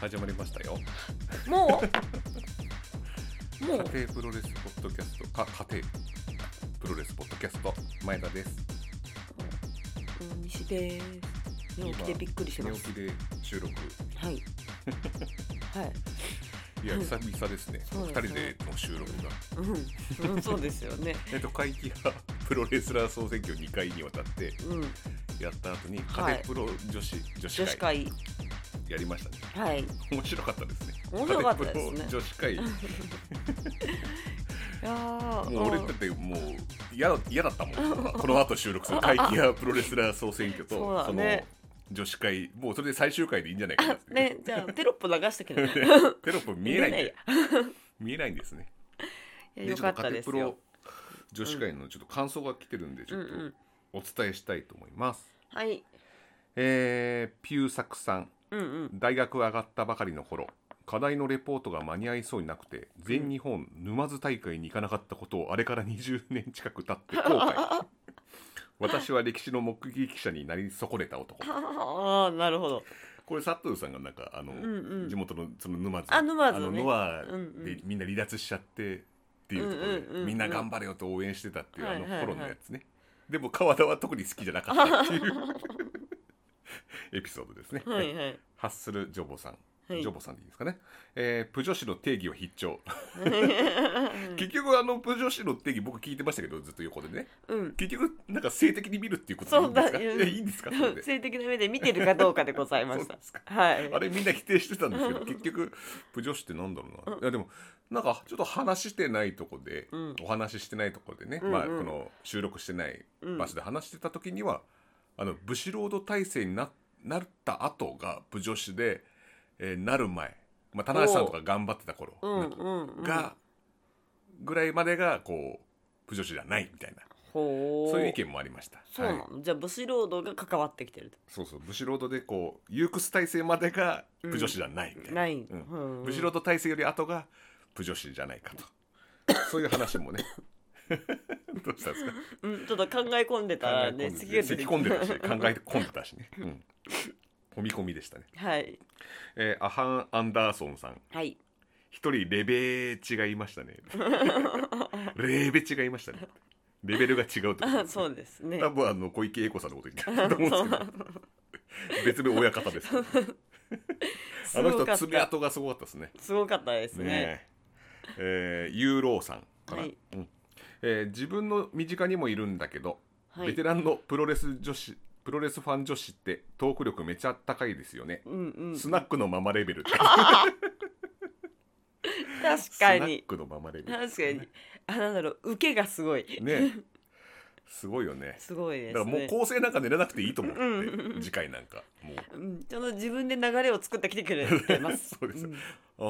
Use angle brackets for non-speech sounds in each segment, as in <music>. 始まりましたよもう <laughs> もう家庭プロレスポッドキャストか家庭プロレスポッドキャスト前田ですうん西です寝起きでびっくりし寝ま起すきで収録はい <laughs> はいいや久々ですねそう二です人ねでの収録がうん、うん、そうですよねえっと会期がプロレスラー総選挙2回にわたってうんやった後に家はい庭プロ女子、女女子子会会やりましたねはい面白かったですね面白かったですね家庭プロ女子会いやーもう俺だってもう嫌だ嫌だったもんこの後収録する会期やプロレスラー総選挙とそうだねその女子会もうそれで最終回でいいんじゃないかなってねじゃあテロップ流してくれ <laughs> テロップ見えないんだよ見えないんですねいやよかったですちょっよと家庭プロ女子会のちょっと感想が来てるんでちうんょうっんとお伝えしたいと思います、はいえーピューサクさんうんうん大学上がったばかりの頃課題のレポートが間に合いそうになくて全日本沼津大会に行かなかったことをあれから20年近く経って <laughs> 後悔私は歴史の目撃者になり損ねた男ああなるほどこれ佐藤さんがなんかあの、んうん地元のその沼津あ沼津ねあのノうんアうでんみんな離脱しちゃってっていうところで、うんうんうんうんみんな頑張れよと応援してたっていうあのはいはいはい頃のやつね、でも川田は特に好きじゃなかった <laughs> っていうエピソードですね。はいはいハッスルジョボさん、はいジョボさんでいいですかね、えープジョ氏の定義を必聴 <laughs> 結局あのプジョ氏の定義僕聞いてましたけどずっと横でね <laughs> うん結局なんか性的に見るっていうことでいいんですかそうだうんい <laughs> やいいんですかそれで性的な目で見てるかどうかでございましそうたですかはいあれみんな否定してたんですけど結局プジョ氏ってなんだろう <laughs> な、いやでもなんかちょっと話してないとこで、うんお話ししてないとこでね、うんうんまあ、この収録してない場所で話してた時には、あのブシロード体制にななった後がプジョ氏で、えーなる前、まあ、棚橋さんとか頑張ってた頃うんうんうんが、ぐらいまでがこうプジョ氏じゃないみたいなほうそういう意見もありました。そうなはいの、じゃあ武士労働が関わってきてるそうそうブシロードでこうユークス体制までがプジョ氏じゃないみたいな、ない、うんうんブシロード体制より後がプジョ氏じゃない <laughs> かとそういう話もね <laughs> どうしたんですかうん、ちょっと考え込んでたらね考え込んでた咳しが考出えてきた込んでたしね、うん、込み込みでしたね、はいえーアハン・アンダーソンさんはい一人レベチがいま <laughs> したねレベチがいましたねレベルが違うってことあですそうですね多分あの小池栄子さんのこと言ってると <laughs> 思うんですけど別名親方ですけど <laughs> あすごの人かっ爪た痕がすごかったですねすごかったですねねええーユーローさんから、はいうんえー自分の身近にもいるんだけど、はいベテランのプロレス女子プロレスファン女子ってトーク力めちゃ高いですよね、うんうんスナックのママレベ <laughs> ルって確スナかにックのママレベル、確かにあなんだろう受けがすごいねすごいよねすごい <laughs> でだすからもうね構成なんか練らなくていいと思って、うん次回なんかもううん、ちょっと自分で流れを作ってきてくれてます <laughs> そうですんあ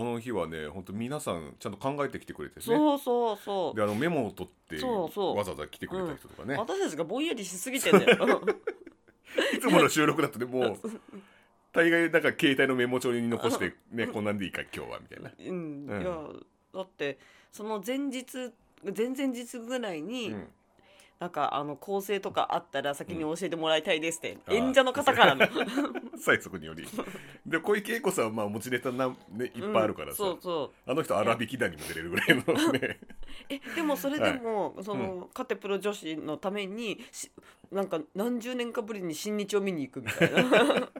の日はね本当皆さんちゃんと考えてきてくれてねそうそうそう、であのメモを取ってそうそうわざわざ来てくれた人とかね、私たちがぼんやりしすぎてんだよ <laughs> いつもの収録だとねもう大概なんか携帯のメモ帳に残してねこんなんでいいか今日はみたいな。 <laughs> うん、うんいやだってその前日前々日ぐらいに、うんなんかあの構成とかあったら先に教えてもらいたいですって、うん演者の方から <laughs> の最速によりで小池栄子さんはまあ持ちネタな、ね、いっぱいあるからさ、うんそうそうあの人荒引き団にも出れるぐらいのねえでもそれでも、その、カテプロ女子のためにしなんか何十年かぶりに新日を見に行くみたい <laughs> な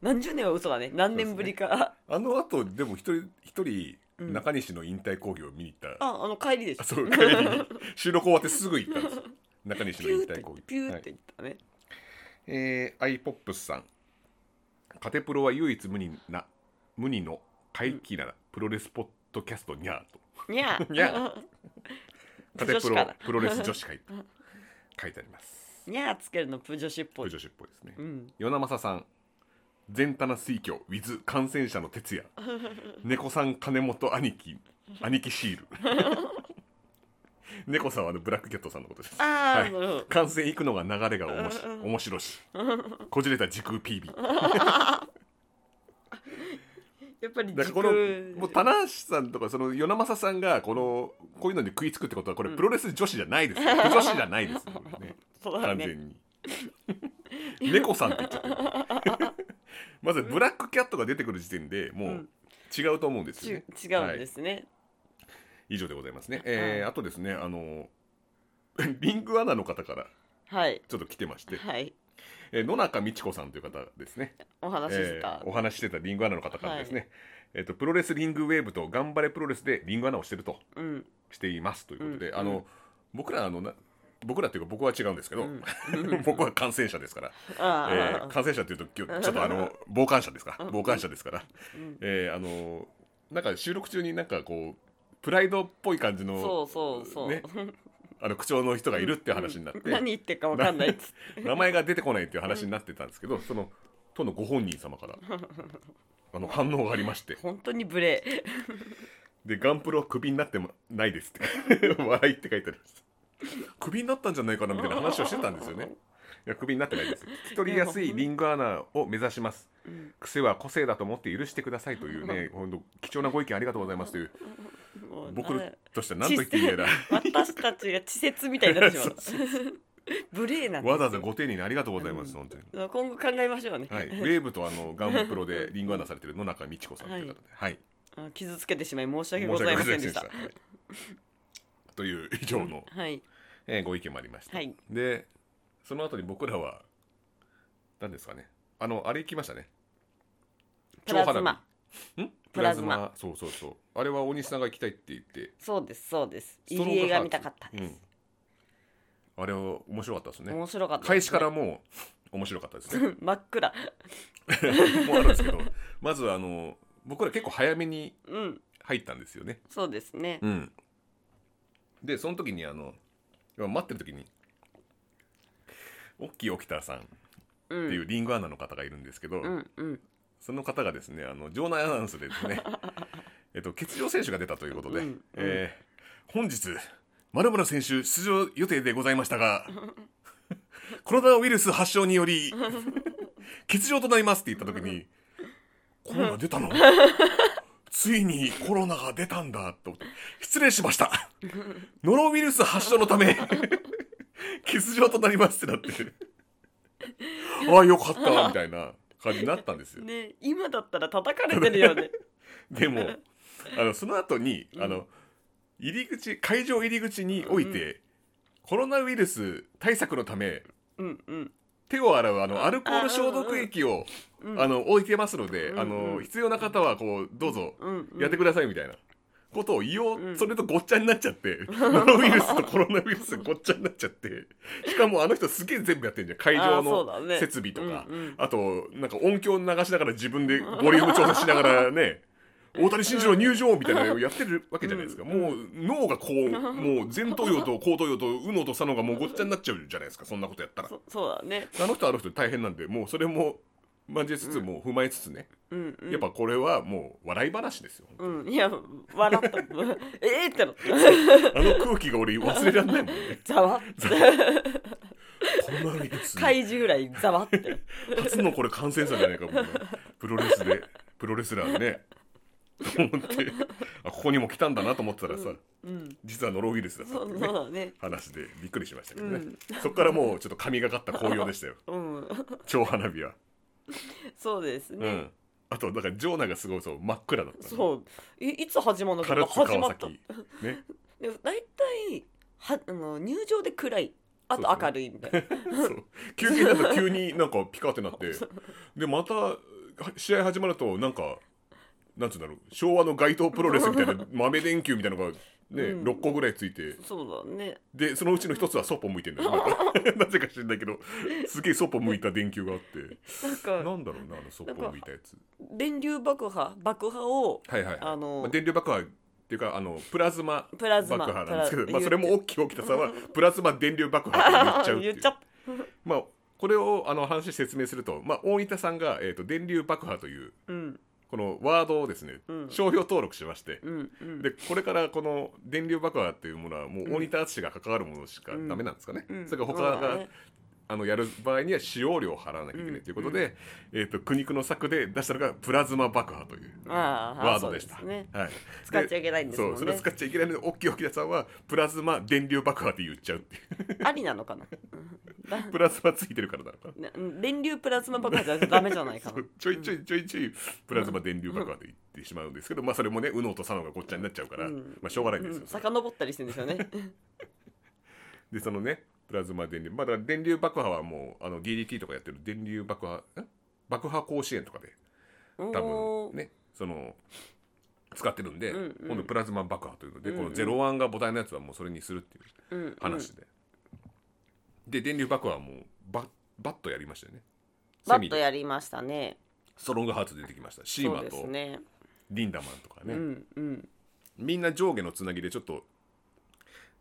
何十年は嘘だね何年ぶりか、あのあとでも一人一人うん中西の引退講義を見に行った、ああの帰りでしょあそう帰 <laughs> りに収録終わってすぐ行ったんですよ中西ピのュ引ーって退講義ピューはっいて言ったね、えー、アイポップスさんカテプロは唯一無二な無二の怪奇なプロレスポッドキャストにゃーとにゃーにゃカ女テプ子ロかなプロレス女子会と書いてありますにゃーつけるのプ女子っぽい女子っぽいですねうん与那正さん全棚水鏡 with 感染者の <laughs> 徹夜猫さん金本兄貴兄貴シール <laughs> 猫さんはあのブラックキャットさんのことですああ、はいなるほど感染行くのが流れが面白面白しこじれた時空 PB やっぱりだか時らこ空のもう棚橋さんとかその与那正さんがこのこういうのに食いつくってこと <laughs> はこれプロレス女子じゃないですよ、女子じゃないですよ、これねそうだ完ね全に猫さんって言っちゃってる <laughs> まずブラックキャットが出てくる時点でもうんう違うと思うんですちよね、違うんですね、以上でございますね、えーうんあとですねあの <laughs> リングアナの方からはいちょっと来てまして、はいえー野中美智子さんという方ですねお話ししてたえー、お話ししてたリングアナの方からですね、えー、とプロレスリングウェーブと頑張れプロレスでリングアナをしてるとうんしていますということで、うんあうんの僕らあのな僕らっていうか僕は違うんですけうど、ん <laughs> 僕は感染者ですから、あー <laughs> えー <laughs> あー感染者っていうと今日ちょっとあの傍観者ですかうん傍観者ですから、うんえーあのなんか収録中になんかこうプライドっぽい感じのそうそうそう、ね、あの口調の人がいるっていう話になって、うん <laughs> 何言ってるかわかんないっつ <laughs> って名前が出てこないっていう話になってたんですけど、そのとのご本人 <laughs> 様からあの反応がありまして本当に無礼でガンプロはクビになってもないですって <laughs> 笑いって書いてありますクビになったんじゃないかなみたいな話をしてたんですよねいやクビになってないです聞き取りやすいリングアナを目指しますうん癖は個性だと思って許してくださいとい <laughs> うね本当貴重なご意見ありがとうございますというもう僕なんだとしては何と言っていいやら私たちが稚拙みたいになってしま <laughs> う無礼なんですよわざわざご丁寧にありがとうございます本当に今後考えましょうね、 <laughs> はい、ウェーブとあのガンプロでリングアナされてる野中美智子さんという方で、はい、あ傷つけてしまい申し訳ございませんでした申し訳ございませんでしたという以上の、はいえーご意見もありました、はいでその後に僕らは何ですかねあのあれ行きましたねプラズマ火んプラズマそうそうそうあれは大西さんが行きたいって言ってそうですそうですスト入ロ江ーハーがツ見たかったです、うんあれは面白かったですね面白かったですね開始からもう面白かったですね <laughs> 真っ暗もうあるんですけどまずあの僕ら結構早めにうん入ったんですよねそうですねうん、でその時にあの待ってる時にオッキー沖田さんうっていんうリングアナの方がいるんですけど、うんうんその方がですねあの場内アナウンスでですね、 <laughs> えっと、欠場選手が出たということで、うんうんえー本日丸村選手出場予定でございましたが <laughs> コロナウイルス発症により <laughs> 欠場となりますって言った時にコロナ出た <laughs> のついにコロナが出たんだと思って失礼しましたノロウイルス発症のため <laughs> 欠場となりますってなってああよかったみたいな感じになったんですよ。ね今だったら叩かれてるよ <laughs> ね <laughs> でもあのその後に、あの入り口会場入り口において、コロナウイルス対策のためうんうん手を洗うあのアルコール消毒液をうあんの置いてますので、うんあうのん必要な方はこうどうぞうんうんやってくださいみたいなことを言おう、うんそれとごっちゃになっち <laughs> ゃってノロウイルスとコロナウイルスごっちゃになっちゃってしかもあの人すげえ全部やってんじゃん会あ場ーそうだのね設備とか、うんうんあとなんか音響流しながら自 <laughs> 分でボリューム調整しながらね大谷慎二郎入場みたいなのをやってるわけじゃないですか、もう脳がこうもう前頭葉と後頭葉と右脳と左脳がもうごっちゃになっちゃうじゃないですかそんなことやったらそそうだねあの人はあの人で大変なんでもうそれも交えつつ、もう踏まえつつねうんうんやっぱこれはもう笑い話ですよ、うんいや笑った <laughs> ええってなったあの空気が俺忘れられないもん <laughs> ねざわっこんなのいつ怪獣ぐらいざわって <laughs> 初のこれ感染者じゃないかもうねプロレスでプロレスラーでねと思ってあここにも来たんだなと思ってたらさ、うん実はノロウイルスだったそっていううそねうだね話でびっくりしましたけどうね、んそこからもうちょっと神がかった紅葉 <laughs> でしたようん超花火は、そうですうね、ん、あとだから場内がすごいそう真っ暗だったうそういいつ始まるのか唐な津始ま川った崎ねで大体はあの入場で暗いあそうと明ですねるいみ <laughs> たいな、そう休憩だと急になんかピカって <laughs> なってでまたは試合始まるとなんかなんつうんだろう昭和の街頭プロレスみた <laughs> いな豆電球みたいなのが、ねうん6個ぐらいついてそうだねでそのうちの一つはそっぽ向いてるんだ <laughs> よ <laughs> なんかなぜか知らないけどすげえそっぽ向いた電球があってなんなかんだろうなあのそっぽ向いたやつ電流爆破爆破をはいはいはい、あのまあ、電流爆破っていうかあのプラズマプラズ爆マ破なんですけど、プラまあ、それも大きい沖田さんはプラズマ電流爆破って言っちゃうってい言うっちゃっまあ、これをあの話説明すると、まあ、大仁田さんが、えー、と電流爆破といううんこのワードをですね、うん商標登録しまして、うんうんでこれからこの電流爆破というものはもう大仁田淳が関わるものしかダメなんですかね、うんそれから他そうだが、ねああのやる場合には使用料を払わなきゃいけないということで、えー、と苦肉の策で出したのがプラズマ爆破というああワードでした。そうですねはい、使っちゃいけないんですもんそうねそれを使っちゃいけないので大きい大きなさんはプラズマ電流爆破って言っちゃう <laughs> っていありなのかなうんだうプラズマついてるからだろうなな電流プラズマ爆発じゃダメじゃないかな <laughs> そうちょいちょいちょいちょいプラズマ電流爆破で言ってしまうんですけど、まあそれもね右脳と左脳がごっちゃになっちゃうから、うんまあしょうがないんですよ、うん遡ったりしてるんですよねでそのねプラズマ電流まあだから電流爆破はもうあの DDT とかやってる電流爆破ん爆破甲子園とかで <laughs> 多お分ねその使ってるんで、うんうん今度プラズマ爆破というので、うんうんこのゼロワンが母体のやつはもうそれにするっていう分話で、で電流爆破はもうババッとやりましたよねバセッミとでやりましたねストロングハーツ出てきましたシーそマうですとねリンダマンとかうね、んうんみんな上下のつなぎでちょっと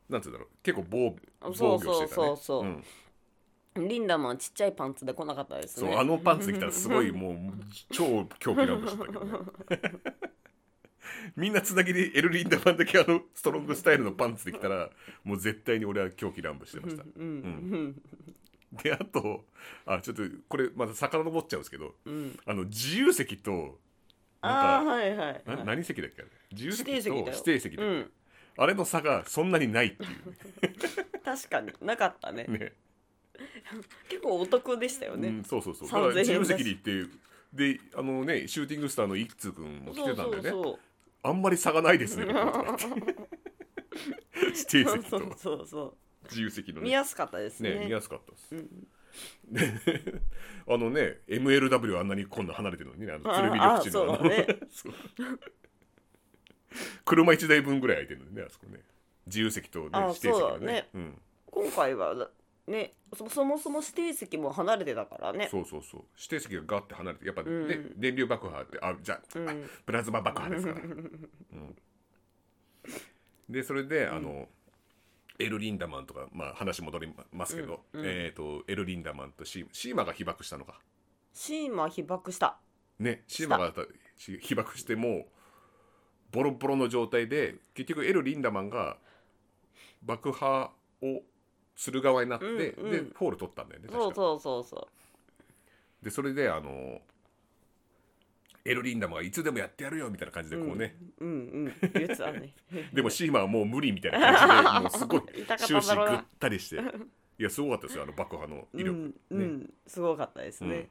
なんて言うんだろう結構防そ防う御してたそねうそうそうんリンダマンちっちゃいパンツで来なかったですそう、ねあのパンツできたらすごいもう超狂気乱舞してたけどね <laughs> みんなつなぎでエルリンダマンだけあのストロングスタイルのパンツできたらもう絶対に俺は狂気乱舞してましたうんうんであとあちょっとこれまた遡っちゃうんですけどうんあの自由席とああなんかはいはいな何席だっけあれ自由席と指定席だよ指定席だうっけんあれの差がそんなにないってい確かになかったねうね結構お得でしたようねん、そうそうそうだ3000から自由円だし席で行ってであのねシューティングスターの一通君も来てそうたそんだようねそうあんまり差がないですね。指定席 <laughs> そうとそうそ自由席うの見ね。やすかったですねね見やすかったです。うん <laughs> あのね、MLW あんなに今度離れてるのにね、あの鶴見ああ緑地そうのだあのねそう車一台分ぐらい空いてるのにね、あそこね。自由席と、ね、あ指定席がそうだねうん。今回はねそそもそも指定席も離れてたからねそうそうそう。指定席がガッて離れて、やっぱね、うん電流爆破って、あ、じゃあ、うんあプラズマ爆破ですから。うんで、それで、あの、エル・リンダマンとか、まあ、話戻りますけど、うんうんえっ、と、エル・リンダマンとシーシーマが被爆したのか。 <laughs> シーマ被爆したね、シーマがし被爆してもう、ボロボロの状態で、結局、エル・リンダマンが爆破をする側になって、うんうんで、フォール取ったんだよね、確かそうそうそうそでそれであのエルリンダムはいつでもやってやるよみたいな感じでうこうね、うんうんうん言ってた <laughs> ねでもシーマはもう無理みたいな感じでもうすごい <laughs> 痛かった終んだ始ろうぐなったりしていやすごかったですよあの爆破のう威力、んうんすごかったですうんね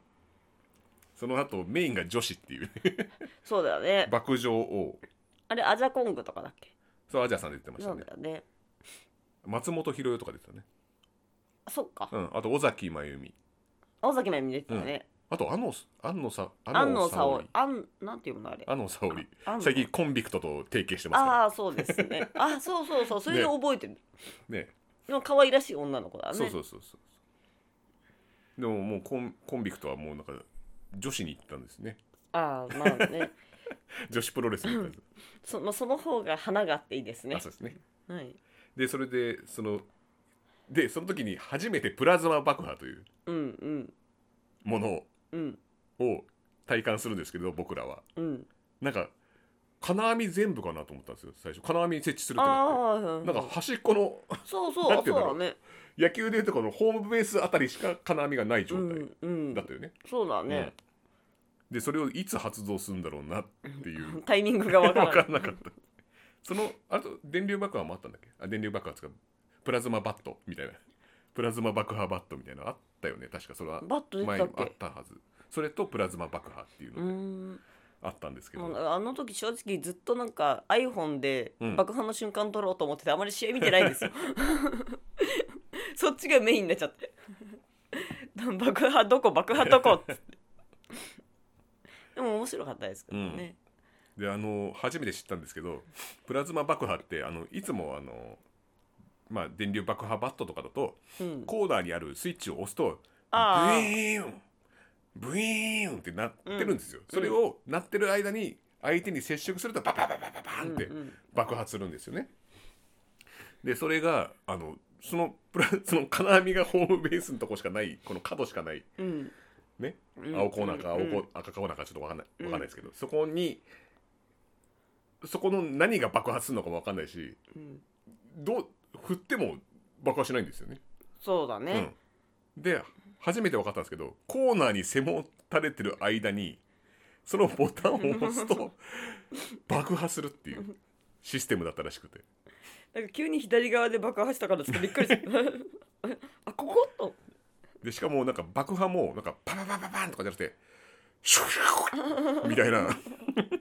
その後メインが女 <laughs> 子っていうねそうだよね爆上をあれアジャコングとかだっけそうアジャさんで言ってましそたうねだよね松本博代とか出てたね、あそっかうん、あと尾崎真由美青崎まゆみ出てたねあと安野安野さ安野沙沙織織あんなんていうのあれ安野沙織安野最近コンビクトと提携してますかああそうです <laughs> ねあそうそうそうそれで覚えてるらねでも可愛らしい女の子だねそうそうそうそうでももうコンコンビクトはもうなんか女子に行ったんですね <laughs> ああまあね <laughs> 女子プロレスに行ったんです、そのその方が花があっていいですねあそうですねはいでそれでそのでその時に初めてプラズマ爆破といううんうんものうんを体感するんですけど僕らはうんなんか金網全部かなと思ったんですよ最初金網設置するってなってああーなんか端っこのそうなそんうていそううんだろうだね野球でいうとこのホームベースあたりしか金網がない状う態んうんだったよね、そうだね、でそれをいつ発動するんだろうなっていうタイミングがわから分ないかんなかったそのあと電流爆破もあったんだっけあ電流爆破つかプラズマバットみたいなプラズマ爆破バットみたいなのあったよね確かそれはバット出て前たにっあっけたはずそれとプラズマ爆破っていううのーがんあったんですけど、もうあの時正直ずっとなんか iPhone でうん爆破の瞬間撮ろうと思っててあまり試合見てないん <laughs> ですよそっちがメインになっちゃって <laughs> 爆破どこ爆破どこっつってでも面白かったですけどね、であの初めて知ったんですけどプラズマ爆破ってあのいつもあのまあ電流爆破バットとかだとうんコーナーにあるスイッチを押すとああブイーンブイーンってなってるんですよ、それを鳴ってる間に相手に接触するとパパパパパパンってうんうん爆発するんですよね、でそれがあのそのプラ <laughs> その金網がホームベースのとこしかないこの角しかないうんねうん青コーナーか青コうんうん赤コーナーかちょっと分かんないわかんないですけど、そこにそこの何が爆発するのかも分かんないしうんどう振っても爆破しないんですよね。そうだね、で初めて分かったんですけどコーナーに背もたれてる間にそのボタンを押す <laughs> と爆破するっていうシステムだったらしくてなんか急に左側で爆破したからちょっとびっくりした <laughs> あこことでしかもなんか爆破もなんかパパパパパンとかじゃなくてシュッシュッみたいな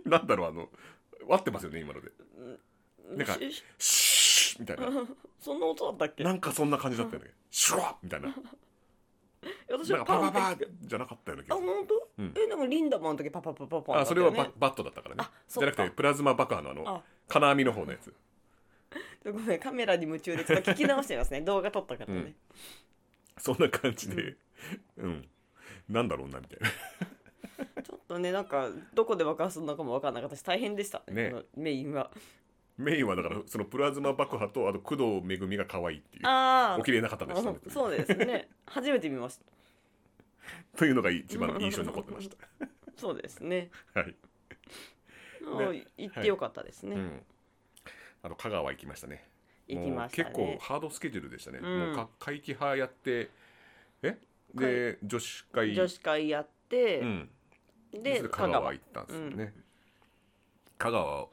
なんだろうあの合ってますよね今のでなんかししシュッみたいなそんな音だったっけなんかそんな感じだったよねシュワッみたいな私なんはかパパンパってパ聞ンくじゃなかったような気あがする本当、うんえなんかリンダマンの時パパパパパンだあったそれよはねババットだったからねあじそゃっなかくてプラズマ爆破のああの金網の方のやつごめんカメラに夢中でちょっと聞き直してみます <laughs> ね動画撮ったからね、そんな感じでうんなんだろうなみたいなちょっとねなんかどこで爆破するのかも分からなかったし大変でしたねこのメイン <laughs> はメインはだからそのプラズマ爆破とあと工藤めぐみが可愛いっていうあお綺麗な方でしたねあそうですね初めて見ましたというのが一番印象に残ってましたそうですねはいあ行ってよかったですね、うん、あの香川行きましたね行きましたねもう結構ハードスケジュールでしたね、うんもうか会期派やってえで女子会女子会やって、うん、でそれ香香川川行ったんですよね、香川は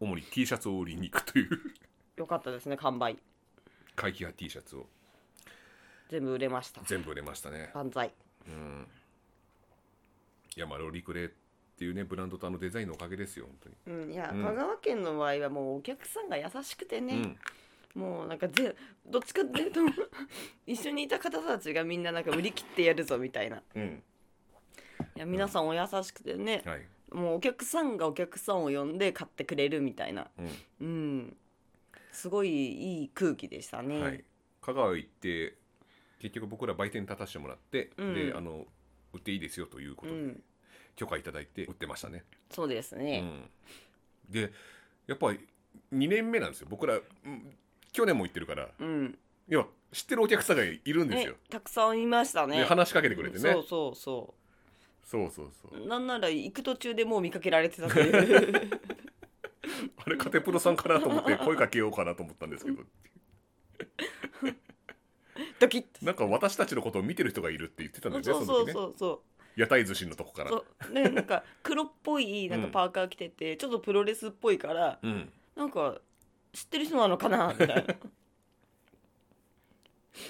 主に T シャツを売りに行くという <laughs> よかったですね完売会期派 T シャツを全部売れました全部売れましたね万歳いやまあロリクレっていうねブランドとあのデザインのおかげですよ本当にうんいや、うん香川県の場合はもうお客さんが優しくてね、もうなんかぜどっちかっていうと一緒にいた方たちがみんななんか売り切ってやるぞみたいなうん、うんいや皆さんお優しくてね、はい、もうお客さんがお客さんを呼んで買ってくれるみたいなううんんすごいいい空気でしたね、はい、香川行って結局僕ら売店立たせてもらって、うんであの売っていいですよというこうとでん許可いただいて売ってましたね、そうですうね、んでやっぱり2年目なんですよ僕らうん去年も行ってるからうん、要は知ってるお客さんがいるんでねすよ、たくさんいましたねで話しかけてくれてね、そうそうそそうそうそううなんなら行く途中でもう見かけられてたという <laughs> あれカテプロさんかな <laughs> と思って声かけようかなと思ったんですけどドキッとなんか私たちのことを見てる人がいるって言ってたんだよねそうそうの時ねそうそう屋台寿司のとこからそうねなんか黒っぽいなんかパーカー着てて、ちょっとプロレスっぽいからうんなんか知ってる人なのかなみたいな <laughs> そ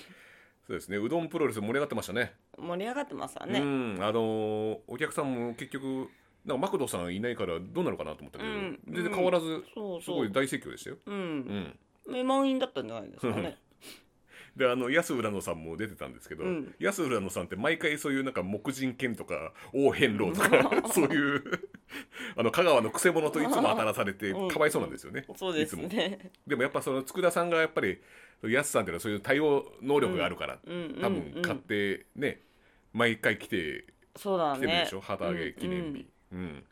うですねうどんプロレス盛り上がってましたね盛り上がってましたね、うん、あのーお客さんも結局なんかマクドさんいないからどうなるかなと思ったけど、うん全然変わらず、そうすそごいう大盛況でしたよ。う、うんん、満員だったんじゃないですかねであの安浦野さんも出てたんですけど、うん安浦野さんって毎回そういうなんか木人犬とか王変老とか <laughs> そういうあの香川のくせ者といつも当たらされてうんかわ <laughs> いそうなんですよね。そうでいつすもねでもやっぱその佃さんがやっぱり安さんっていうのはそういう対応能力があるから、うんうん多分買ってね毎回来てそうだ来てるでねしょ旗揚げ記念日、うん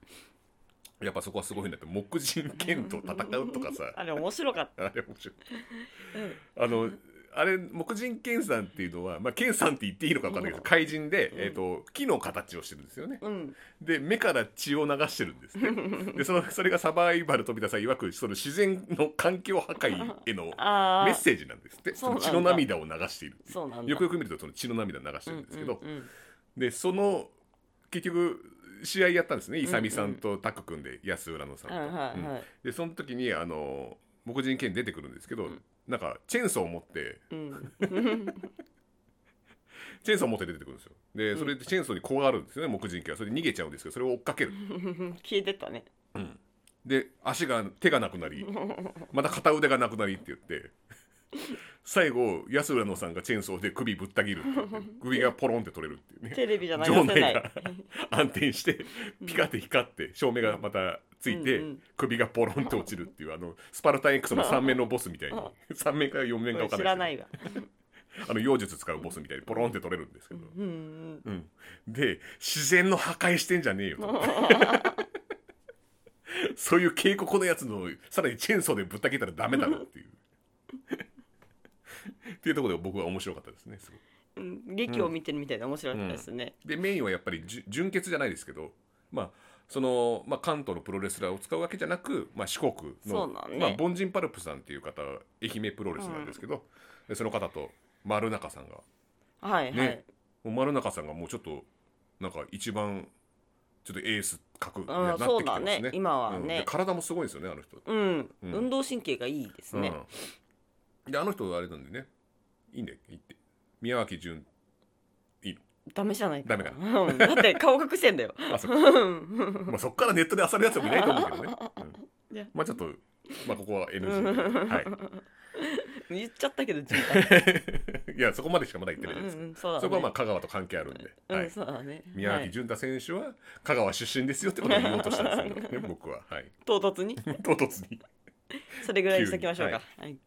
やっぱそこはすごいなって木人剣と戦うとかさあれ面白かっ <laughs> あれ面白いた、うんあのあれ木人剣さんっていうのは、まあ、剣さんって言っていいのか分かんないけど怪人で、えー、と木の形をしてるんですよね <laughs> うん、で目から血を流してるんですねでそのそれがサバイバル飛び出さんいわくその自然の環境破壊への <laughs> ああメッセージなんですってそうそなのんだ血の涙を流しているっていうそうなんだよくよく見るとその血の涙を流してるんですけど、うんうんうんでその結局試合やったんですねん勇美さんとタック君で安浦野さんと。うんはいはいうんでその時にあの木人剣出てくるんですけど、んなんかチェーンソーを持ってうんチェーンソーを持って出てくるんですよ。でそれでチェーンソーにこうがあるんですよね木人剣はそれで逃げちゃうんですけどそれを追っかける。 <laughs> 消えてったねで足が手がなくなりまた片腕がなくなりって言って最後安浦野さんがチェーンソーで首ぶった切るって言って首がポロンって取れるっていうね。テレビじゃない場出せ内ないが <laughs> 暗転してピカって光って照明がまたついてうんうん首がポロンと落ちるっていうあのスパルタン X の3面のボスみたいに3 <laughs> 面から4面か分か知んならいでないわすけどあの妖術使うボスみたいにポロンって取れるんですけど、うんうんうん、で自然の破壊してんじゃねえよと <laughs> そういう警告のやつのさらにチェーンソーでぶったけたらダメだろっていう <laughs> っていうところで僕は面白かったですねすごういん劇を見てるみたいで面白かったですねでメインはやっぱりじゅ純血じゃないですけどまあその、まあ、関東のプロレスラーを使うわけじゃなく、まあ、四国その、うだねまあ、凡人パルプさんっていう方愛媛プロレスなんですけど、でその方と丸中さんがはいはい、ねもう丸中さんがもうちょっとなんか一番ちょっとエース格になうんってきそうてまだすねね,、今はうんでね体もすごいですよねあの人、うん、うん運動神経がいいですね、うん、であの人あれなんでねいいんだよ言って宮脇潤ダメじゃないダメうんだって顔隠してんだよあそううん <laughs> まあ、そこからネットで漁るやつもいないと思うけどね、うんいやまあちょっと、まあ、ここ <laughs> は NG で、はい、言っちゃったけど人いやそこまでしかまだ言って体ないじゃないですか、うんうんそうだねそこはまあ香川と関係あるんで、はうんい、そうだね宮は脇い潤太選手は香川出身ですよってことを言おうとしたんですよねね僕ははい唐突に唐突にそれぐらいにしときましょう <laughs> か、はい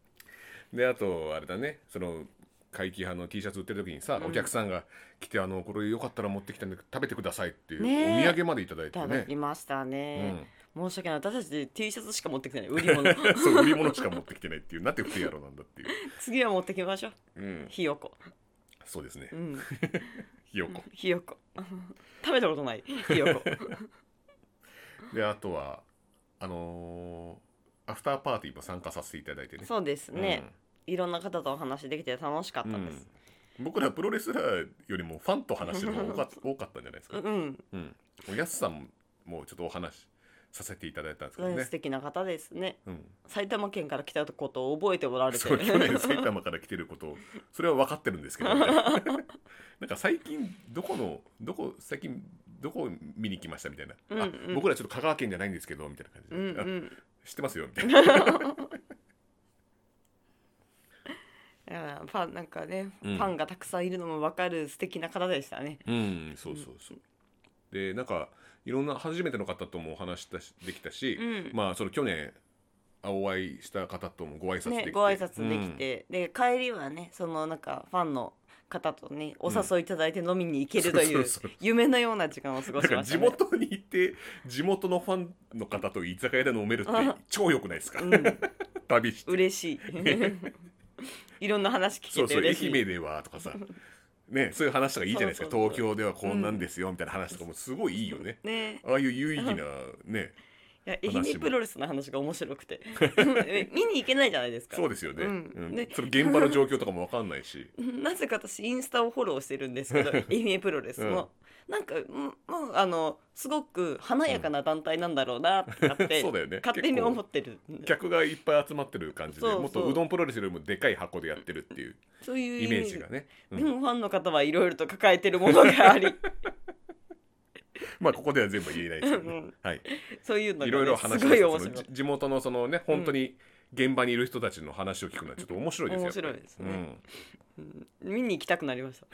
であとあれだねその怪奇派の T シャツ売ってる時にさ、うんお客さんが来てあのこれよかったら持ってきたんで食べてくださいっていう、ねえお土産までいただいいてただねきましたね、申し訳ない私たち T シャツしか持ってきてない売り <laughs> 物うん、 <laughs> そう売り物しか持ってきてないっていうなんて不手野郎なんだ <laughs> っていう、次は持ってきましょううん、ひよこそうですねうん <laughs> ひよこひよこ <laughs> 食べたことないひよこであとはあのーアフターパーティーも参加させていただいてねそうですね、いろんな方とお話できて楽しかっうんたです、うん僕らプロレスラーよりもファンと話してるのが多か多かったんじゃないですうか、ん、うんうん、おやすさんもちょっとお話しさせていただいたんですけどうんね素、敵な方ですねうん、埼玉県から来たことを覚えておられてそう去年埼玉から来てることをそれは分かってるんですけ <laughs> どみたいななんか最近どこのどこ最近どこ見に来ましたみたいな、うんあうん僕らちょっと香川県じゃないんですけどみたいな感 <laughs> じうで、んうあん知ってますよみたいなだからファンなんかね、うんファンがたくさんいるのも分かる素敵な方でしたねうんそうそうそうでなんかいろんな初めての方ともお話したしできたし、うんまあその去年お会いした方ともご挨拶できて、ねご挨拶できて、で帰りはねそのなんかファンの方とねお誘いいただいて飲みに行けるといそううそうそう夢のような時間を過ごうん、なしんかました、地ね、元に行って地元のファンの方と居酒屋で飲めるって超良くないですか、旅して嬉しい <laughs> いろんな話聞そけうてそう愛嬉しい媛ではとかさねそういう話とかいいじゃないですかそうそうそう東京ではこんなんですよみたいな話とかもすごいいいよね、ねああいう有意義なねいや話も愛媛プロレスの話が面白く <laughs> てえ見に行けないじゃないですかそうですよね,、ううんんねその現場の状況とかも分かんない <laughs> しなぜか私インスタをフォローしてるんですけ <laughs> ど愛媛プロレスの、なんかもうあのすごく華やかな団体なんだろうなってなってそうだよね勝手に思ってる客がいっぱい集まってる感じでそうそうもっとうどんプロレスよりもでかい箱でやってるっていうそういうイメージがね、うんでもファンの方はいろいろと抱えてるものがあ <laughs> りまあここでは全部言えないですけど、ね <laughs> うんはい、そういうのが、ね、いろいろ話すしごていそ面の白いじ地元のそのね本当に現場にいる人たちの話を聞くのはちょっと面白いですよ面白いですねやっぱりうんうん見に行きたくなりました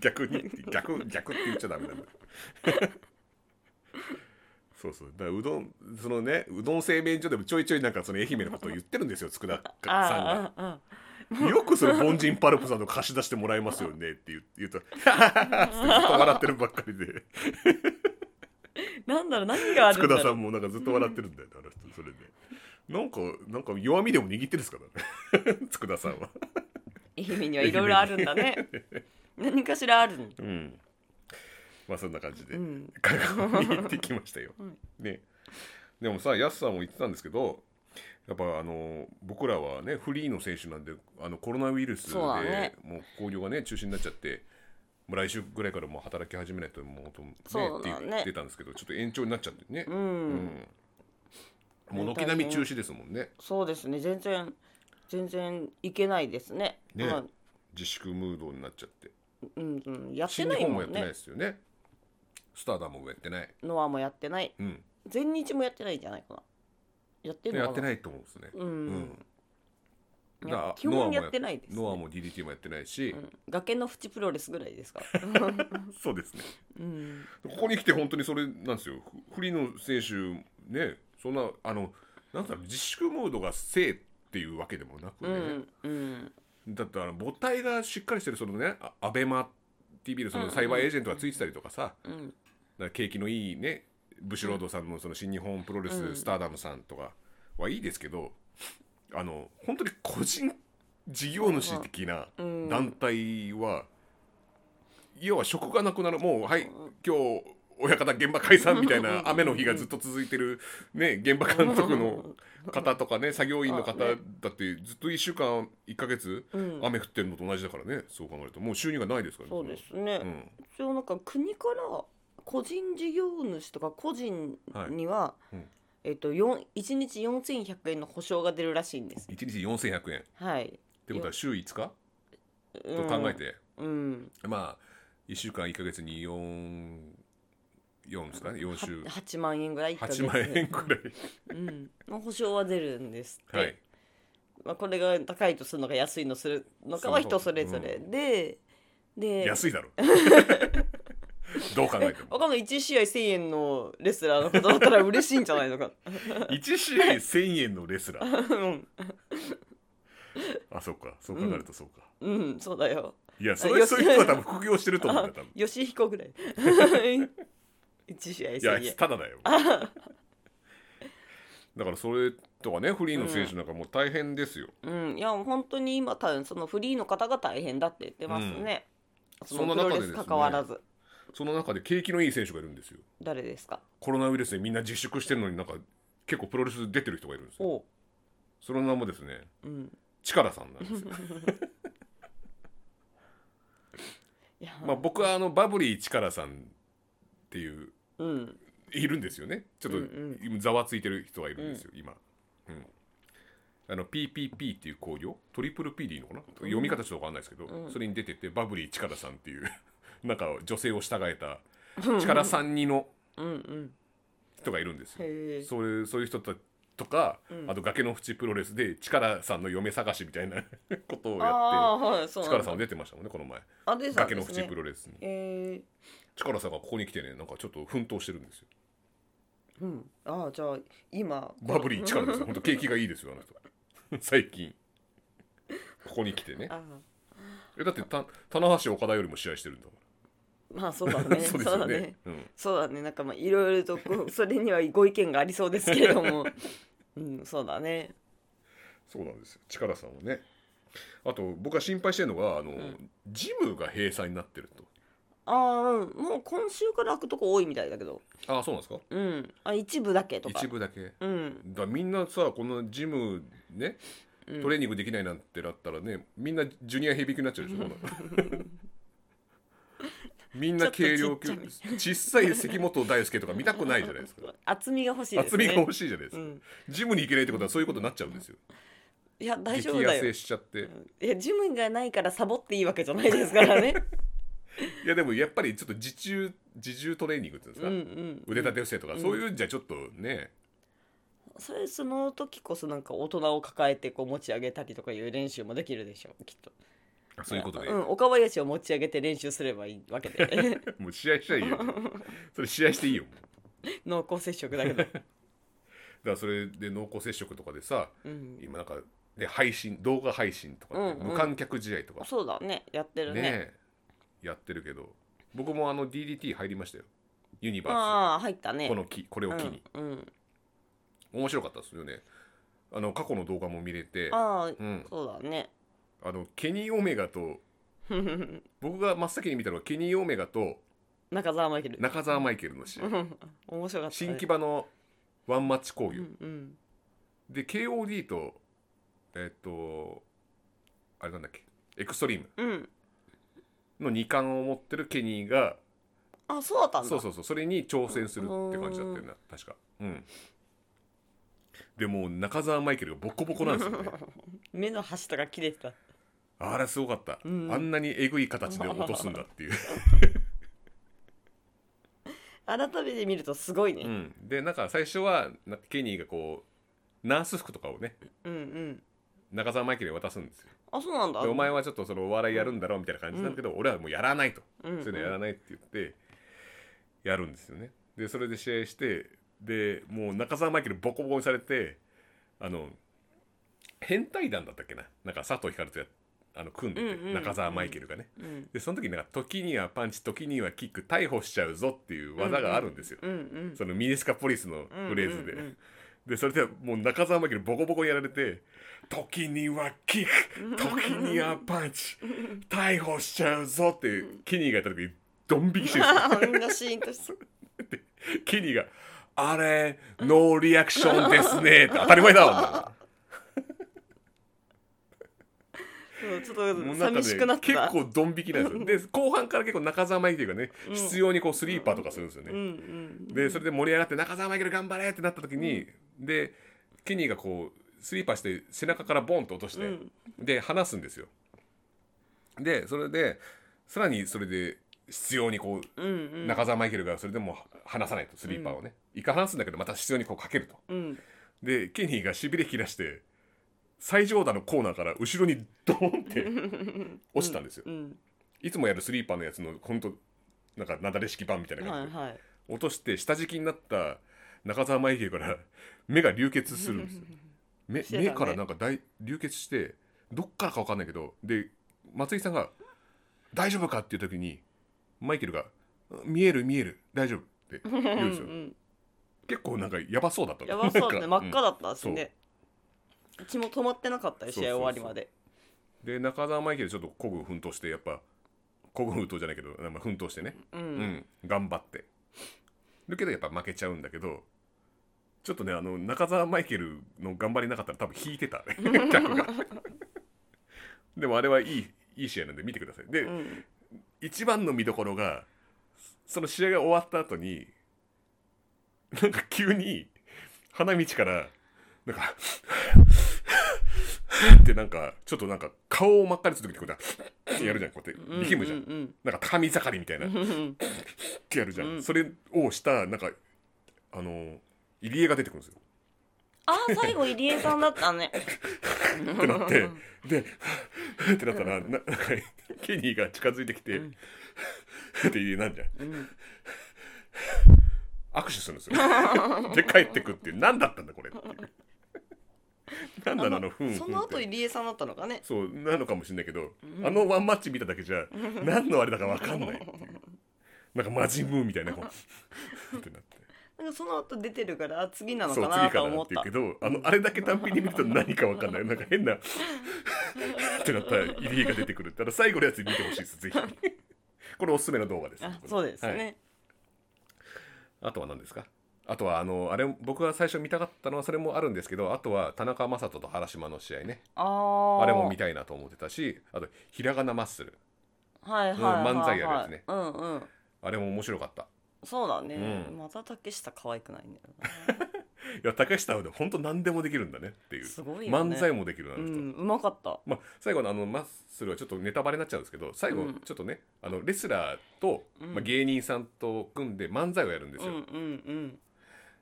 逆に逆逆って言っちゃダメなんだ <laughs> そうそうだからうどんそのねうどん製麺所でもちょいちょいなんかその愛媛のことを言ってるんですよ佃 <laughs> さんがあああ <laughs> よくその凡人パルプさんと貸し出してもらえますよねって言う言うと <laughs> 「ハハハハ」ってずっと笑ってるばっかりであなんだろう何があるんだ佃さろうんもなんかずっと笑ってるんだよねあの人それでなんかなんか弱みでも握ってるんですからね佃さんは愛媛にはいろいろあるんだ <laughs> ね何かしらあるんうんまあそんな感じで、うん香川に行ってきましたよ。うんね、でもさやすさんも言ってたんですけどやっぱあの僕らはねフリーの選手なんであのコロナウイルスでそうだねもう興行がね中止になっちゃって。もう来週ぐらいからもう働き始めないともうと、ねそうってだね言ってたんですけどちょっと延長になっちゃってね、うん、うんもう軒並み中止ですもんねそうですね全然全然いけないですねねまあ自粛ムードになっちゃってうんうん、やって新な日い本ももやっんてなねいですよねスターダムもやってない、ノアもやってないうん、全日もやってないんじゃないかなやってるのやかなってないと思うんですね、うん、うんいだからや基本やってないです、ね、ノアも DDT もやってないし、うん、崖の淵プロレスぐらいですか、 <laughs> そうですねうん、ここに来て本当にそれなんですよフフリーの選手ねそんなあのなんだろう自粛ムードが正っていうわけでもなくうね、んうんだってあの母体がしっかりしてるそのねあアベマ TV のそのサイバーエージェントがついてたりとかさ、うんだから景気のいいねブシュロードさんのその新日本プロレうスんスターダムさんとかはいいですけど、あの本当に個人事業主的なうん団体は、要は職がなくなるもうはい今日親方現場解散みたいな雨の日がずっと続いてる、ね、現場監督の方とかね作業員の方あだねってずっと1週間1ヶ月うん雨降ってるのと同じだからねそう考えるともう収入がないですからそうですね、そのうん一応なんか国から個人事業主とか個人には、いうんえっと4 1日4100円の保証が出るらしいんです。 1日4100円っはい、てことは週5日うとん考え、て、うん、まあ1週間1ヶ月に4四ですかね4週は8万円ぐらい一ヶ月8万円くらいうん、の保証は出るんですって、はいまあ、これが高いとするのか安いのするのかはそう人そうそれぞれで、で安い <laughs> だろどう考えてもわかんない1試合1000円のレスラーのことだったら嬉しいんじゃないのか、 <laughs> 1試合1000円のレスラーうん、あそうかそう考えるとそうか、うん、そうだよいやそよれしそういう人は多分副業してると思うんだあよ多分吉彦 <laughs> ぐらい一試合1000いや円ただだよだからそれとかねフリーの選手なんかもう大変ですよ、うん、いや本当に今多分そのフリーの方が大変だって言ってますね、そんな中ででプすねロレス関わらずその中で景気のいい選手がいるんですよ誰ですかコロナウイルスでみんな自粛してるのになんか結構プロレス出てる人がいるんですよおう、その名もですねうん、力さんなんですよいや、まあ僕はあのバブリー力さんっていううんいるんですよねちょっうんとざわついてる人がいるんですよ、今、うん、あの PPP っていう工業トリプル P でいいのかな、読み方ちょっと分かんないですけど、うんそれに出ててバブリーチカラさんっていう <laughs> なんか女性を従えたチカラさんにのうんうん人がいるんですよへえそういうそういう人たとか、うんあと崖の淵プロレスでチカラさんの嫁探しみたいな <laughs> ことをやあっあはいそてうチなんだカラさんは出てましたもんねこの前あ出てたん崖でのすね淵プロレスにえチカラさんがここに来てねなんかちょっと奮闘してるんですよー、うんああじゃあ今バブリー力ですよ。 <laughs> 本当景気がいいですよ、あの人。最近。ここに来てね。 <laughs> ああえだってた、棚橋岡田よりも試合してるんだかまあそうだ <laughs> ら。ねそうでそすうよだねね。うんそうだねなんかまあいろいろとこうそれにはご意見がありそうですけれど <laughs> もうんそうだねそうなんですよ。力さんはね。あと、僕が心配してるのが、あの、んジムが閉鎖になってると。ああうんもう今週から開くとこ多いみたいだけどああ、そうなんですか。うんあ一部だけとか一部だけ。うんだみんなさこのジムねうんトレーニングできないなんてなったらね、みんなジュニアヘビー級になっちゃうでしょこんなのみんな軽量級ちょっとちっ小さい関本大輔とか見たくないじゃな <laughs> いですか厚みが欲しいですね厚みが欲しいじゃないですうか、ん、ジムに行けないってことはそういうことになっちゃうんですよいや大激丈夫だ痩よせしちゃって、いやジムがないからサボっていいわけじゃないですから <laughs> ねいやでもやっぱりちょっと自重自重トレーニングっていうんですうか、んうん腕立て伏せとか、そういうんじゃちょっとねそれその時こそなんか大人を抱えてこう持ち上げたりとかいう練習もできるでしょうきっとそういうことで、ん、岡林を持ち上げて練習すればいいわけでもう試合しちゃいいよそれ試合していいよも <laughs> う濃厚接触だけど、だからそれで濃厚接触とかでさうん、今なんかで配信動画配信とかって、うんうん無観客試合とかそうだねやってるねねやってるけど僕もあの DDT 入りましたよユニバーああ入ったスねこの木これを機に、うんうん、面白かったですよねあの過去の動画も見れてああうん、そうだね <laughs> あのケニー・オメガと僕が真っ先に見たのはケニー・オメガと中澤マイケル中澤マイケルの試合うん面白かった、ね、新木場のワンマッチ工う業、んうんで KOD とえっとあれなんだっけエクストリームうんの2冠を持ってるケニーがあそうだったんだそうそうそうそれに挑戦するって感じだったよな確かうんでもう中澤マイケルがボコボコなんです <laughs> よね目の端とか切れてたあれすごかった、うんあんなにえぐい形で落とすんだって <laughs> いう改めて見るとすごいね、うん、でなんか最初はなケニーがこうナース服とかをねうん、うん中澤マイケルに渡すんですよあそうなんだでお前はちょっとそのお笑いやるんだろうみたいな感じなんだけど、俺はもうやらないと、うんうんそういうのやらないって言ってやるんですよねでそれで試合してでもう中澤マイケルボコボコにされてあの変態団だったっけななんか佐藤光とやあの組んでて、うんうんうん中澤マイケルがねうんでその時なんか時にはパンチ時にはキック逮捕しちゃうぞっていう技があるんですよ、うんうんそのミネスカポリスのフレーズで、うんうんうんでそれでもう中澤マイケルボコボコにやられて「時にはキック時 <laughs> にはパンチ逮捕しちゃうぞ」ってケニーがやった時にドン引きしてるんですよあみんなシーンとして <laughs> キニーが「あれノーリアクションですね」って当たり前だわそうちょっもとうもうなんか寂しくなねっ結た。構ドン引 <laughs> きなんですよで後半から結構中澤マイケルがねうん必要にこうスリーパーとかするんですようんうねん。でそれで盛り上がって「中澤マイケル頑張れ!」ってなった時にでキニーがこうスリーパーして背中からボンと落としうてんで話すんですよでそれでさらにそれで必要にこううんうん。中澤マイケルがそれでもう離さないとスリーパーをね一回離すんだけどまた必要にこうかけるとうん。でケニーがしびれ切らして最上段のコーナーから後ろにドーンって落ちたんですよ、うん。いつもやるスリーパーのやつのほんとなんか雪崩式版みたいなは感いじで、はい。落として下敷きになった中澤マイケルから目が流血するんですよ目,、してたね目からなんか大流血してどっからか分かんないけどで松井さんが「大丈夫か?」っていう時にマイケルが「見える見える大丈夫」って言うんううんですよん。結構なんかやばそうだったのやばそうだね。なん真かっ赤だったしね。血も止まってなかったよそう試合そうそう終わりまで。で中澤マイケルちょっと孤軍奮闘してやっぱ孤軍奮闘じゃないけど、まあ、奮闘してね、ううんん。頑張ってだけどやっぱ負けちゃうんだけどちょっとねあの中澤マイケルの頑張りなかったら多分引い <laughs> てた、ね、客がでもあれはいいいい試合なんで見てくださいで、うん。一番の見どころがその試合が終わった後になんか急に花道からなんかってなんかちょっとなんか顔を真っ赤にする時ってこうやってやるじゃんこうやって力むじゃん、うんなんか高見盛りみたいなうっんうん。てやるじゃん、うんそれをしたなんかあの入江が出てくるんですよああ最後入江さんだったね。ってなってでってなったらななんかケニーが近づいてきて、 <laughs> うんって入江なんじゃんうん。握手するんですよ <laughs> で帰ってくっていう何だったんだこれっていう何なのあのふんふんそのっ後て入江さんだったのかね。そうなのかもしれないけど、あのワンマッチ見ただけじゃ何のあれだか分かんないっていうなんかマジムーみたいなこうってなってなんかその後出てるからあ次なのそうか次なかとら思っって言たうけ。どあのあれだけ単品で見ると何か分かんないなんか変なってなった入江が出てくるだから最後のやつ見てほしいですぜひこれおすすめの動画ですあそうですはいね。あとは何ですかあとはあのあれ僕が最初見たかったのはそれもあるんですけどあとは田中将人と原島の試合ねあああ。れも見たいなと思ってたしあとひらがなマッスルはいはいはいはい、うん漫才やるやつねうんうんあれも面白かったそうだね、うんまた竹下可愛くないん <laughs> だよいや竹下はね本当何でもできるんだねっていなうすごいよね漫才もできるなあうの人、んうまかったまあ、最後のあのマッスルはちょっとネタバレになっちゃうんですけど最後うんちょっとね、あのレスラーと、うんまあ、芸人さんと組んで漫才をやるんですうんよ、うんうん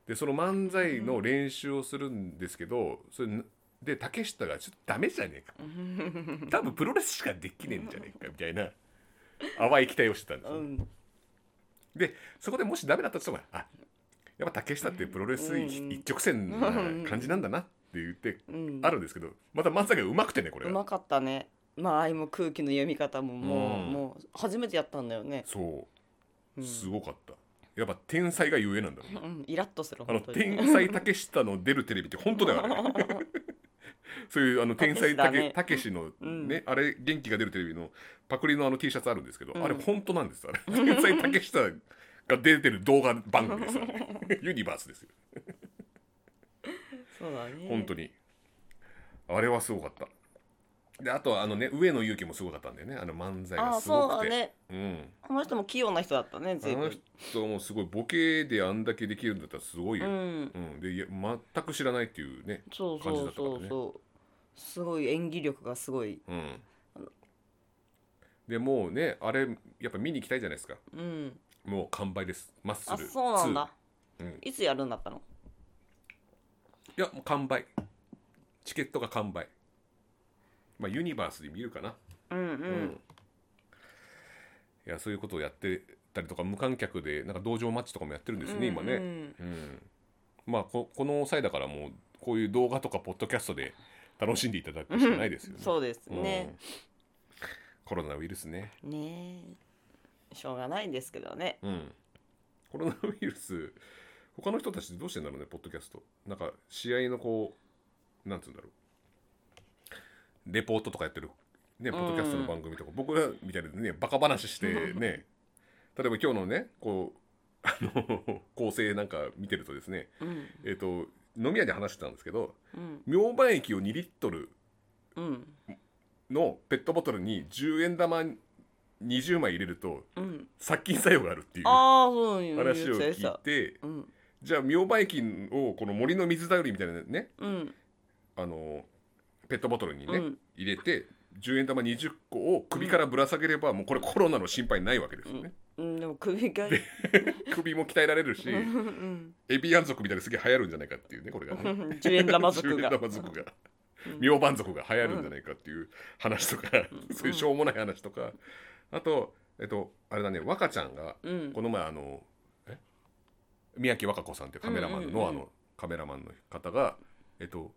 でその漫才の練習をするんですけどそれで竹下がちょっとダメじゃねえかうん多分プロレスしかできねえんじゃねえかみたいな淡い期待をしてたんですうよ、んでそこでもしダメだったとしてもあやっぱ竹下ってプロレスうん一直線な感じなんだなって言ってうんあるんですけどまた漫才がうまくてねこれうがまかったねまあも空気の読み方ももう、うんもう初めてやったんだよね、そううんすごかったやっぱ天才がゆえなんだろうなうん、イラッとするあの本当に天才竹下の出るテレビって本当だよ <laughs> あれそういうあの天才竹下竹ね竹志のうんね、あれ元気が出るテレビのパクリのあの T シャツあるんですけど、うんあれ本当なんですあれ天才竹下が出てる動画番組ですあ <laughs> れユニバースですよそうだね本当にあれはすごかったであとはあのね上野勇気もすごかったんだよねあの漫才あがあすそごうだくてねうんこの人も器用な人だったねあ随の分人もすごいボケであんだけできるんだったらすごいよ、ううんんでいや全く知らないっていうね、そう感じそだうったからそねうそうすごい演技力がすごいうん、でもうねあれやっぱ見に行きたいじゃないですかうんもう完売ですマッスあルそうなんだツーうんいつやるんだったのいやもう完売チケットが完売まあユニバースで見るかなうんううんんいやそういうことをやってたりとか無観客でなんか道場マッチとかもやってるんですね、今うんね、うん、まあここの際だからもうこういう動画とかポッドキャストで楽しんでいただくしかないですよね <laughs> そうですうんね、コロナウイルスね、ねえしょうがないんですけどねうん、コロナウイルス他の人たちどうしてんだろうねポッドキャストなんか試合のこうなんつうんだろうレポートとかやってるねポッドキャストの <laughs> 番組とか、僕らみたいなねバカ話してね例えば今日のねこうあの構成なんか見てるとですねうんえっ、と飲み屋で話してたんですけどうん明板液を2リットルうんのペットボトルに10円玉20枚入れるとうん殺菌作用があるっていう話ああそういうを言聞ってたいてうんじゃあ明板液をこの森の水だよりみたいなねうんあのペットボトルにね、うん入れて10円玉20個を首からぶら下げれば、もうこれコロナの心配ないわけですよね、うんでも首が首も鍛えられるし、うんエビアン族みたいですげえ流行るんじゃないかっていうねこれがね10円玉族が10円玉族がうん明晩族が流行るんじゃないかっていう話とか、うんそういうしょうもない話とかあとえっとあれだね若ちゃんがうんこの前あのえ宮城和歌子さんっていうカメラマンの、うんうんうんあのカメラマンの方がえっと